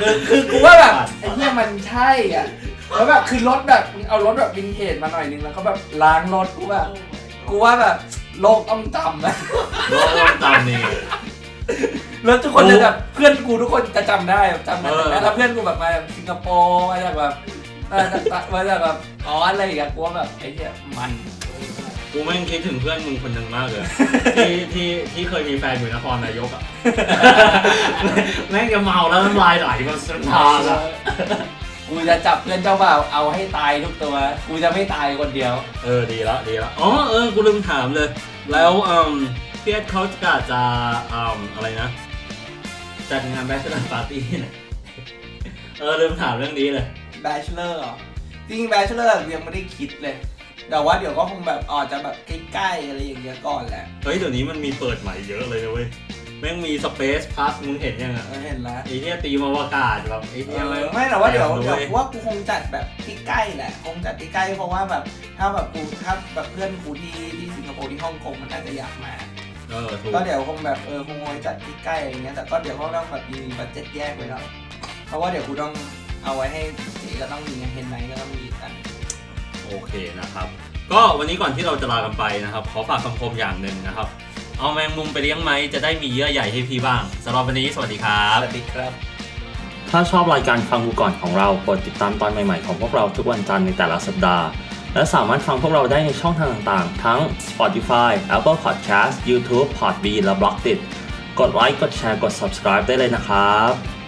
A: คือคือกูว่าแบบไอ้เนี่ยมันใช่อะแล้วแบบคือรถแบบเอารถแบบวินเทจมาหน่อยนึงแล้วก็แบบล้างรถกูแบบกูว่าแบบโลกต้องจำนะ
B: ร้องร้องตามนี่
A: แล้วทุกคนจะแบบเพื่อนกูทุกคนจะจำได้แบบจำได้
B: เออ
A: แล้วเพื่อนกูแบบมาจากสิงคโปร์มาจากแบบมาจากมาจากแบบอ๋ออะไรอย่างเงี้ยกูว่าแบบไอ้เนี่ยมัน
B: กูแม่งคิดถึงเพื่อนมึงคนหนึ่งมากเลย ที่ที่ที่เคยมีแฟนอยู่นครนายกอ่ะ แม่งจะเมาแล้วน้ำลายไหลมาสุดทางอ่ะ
A: กูจะจับเพื่อนเจ้าบ่าวเอาให้ตายทุกตัว กูจะไม่ตายคนเดียว
B: เออดีละดีละอ๋อเออกูลืมถามเลย แล้วอืมพี่เอ็ดเขาจะจะอืมอะไรนะ จัดงานแบ c h e l o r party นะเออลืมถามเรื่องนี้เลย
A: b a c h e l o r จริง Bachelor ยังไม่ได้คิดเลย แต่ว่าเดี๋ยวก็คงแบบอาจจะแบบใกล้ๆอะไรอย่างเงี้ยก่อนแหละ
B: เฮ้ยเดี๋ยวนี้มันมีเปิดใหม่เยอะเลยนะเว้ย แม่งมี Space Pass มึงเห็นยังอ่ะ
A: เออเห็นแล้ว
B: ไอ้เนี่ยตีมาวากาศแบบไอ้เนี่ยง
A: ไม่แต่ว่าเดี๋ยวเดี๋ยวว่ากูคงจัดแบบใกล้ๆแหละ คงจัดใกล้ๆเพราะว่าแบบถ้าแบบกูถ้าแบบเพื่อนกูที่ที่สิงคโปร์ที่ฮ่องกงมันน่าจะอยากมา
B: เออถูก
A: ก็เดี๋ยวคงแบบเออคงไว้จัดใกล้ๆอะไรเงี้ยแต่ก็เดี๋ยวก็ต้องแบบมีบัตเจ็ตแยกไว้แล้วเพราะว่าเดี๋ยวกูต้องเอาไว้ให้เจ๊ก็ต้องมีเห็นไหมก็ต้องมีกัน
B: โอเคนะครับ ก็วันนี้ก่อนที่เราจะลากันไปนะครับ ขอฝากคำคมอย่างหนึ่งนะครับ เอาแมงมุมไปเลี้ยงไหมจะได้มีเยื่อใหญ่ให้พี่บ้างสำหรับวันนี้สวัสดีครับ
A: สวัสดีครับ
E: ถ้าชอบรายการฟังกูก่อนของเรากดติดตามตอนใหม่ๆของพวกเราทุกวันจันทร์ในแต่ละสัปดาห์ และสามารถฟังพวกเราได้ในช่องทางต่างๆ ทั้ง Spotify, Apple Podcast, YouTube, Podbean และ b l o g d i t กดไลค์ กดแชร์ กด subscribe ได้เลยนะครับ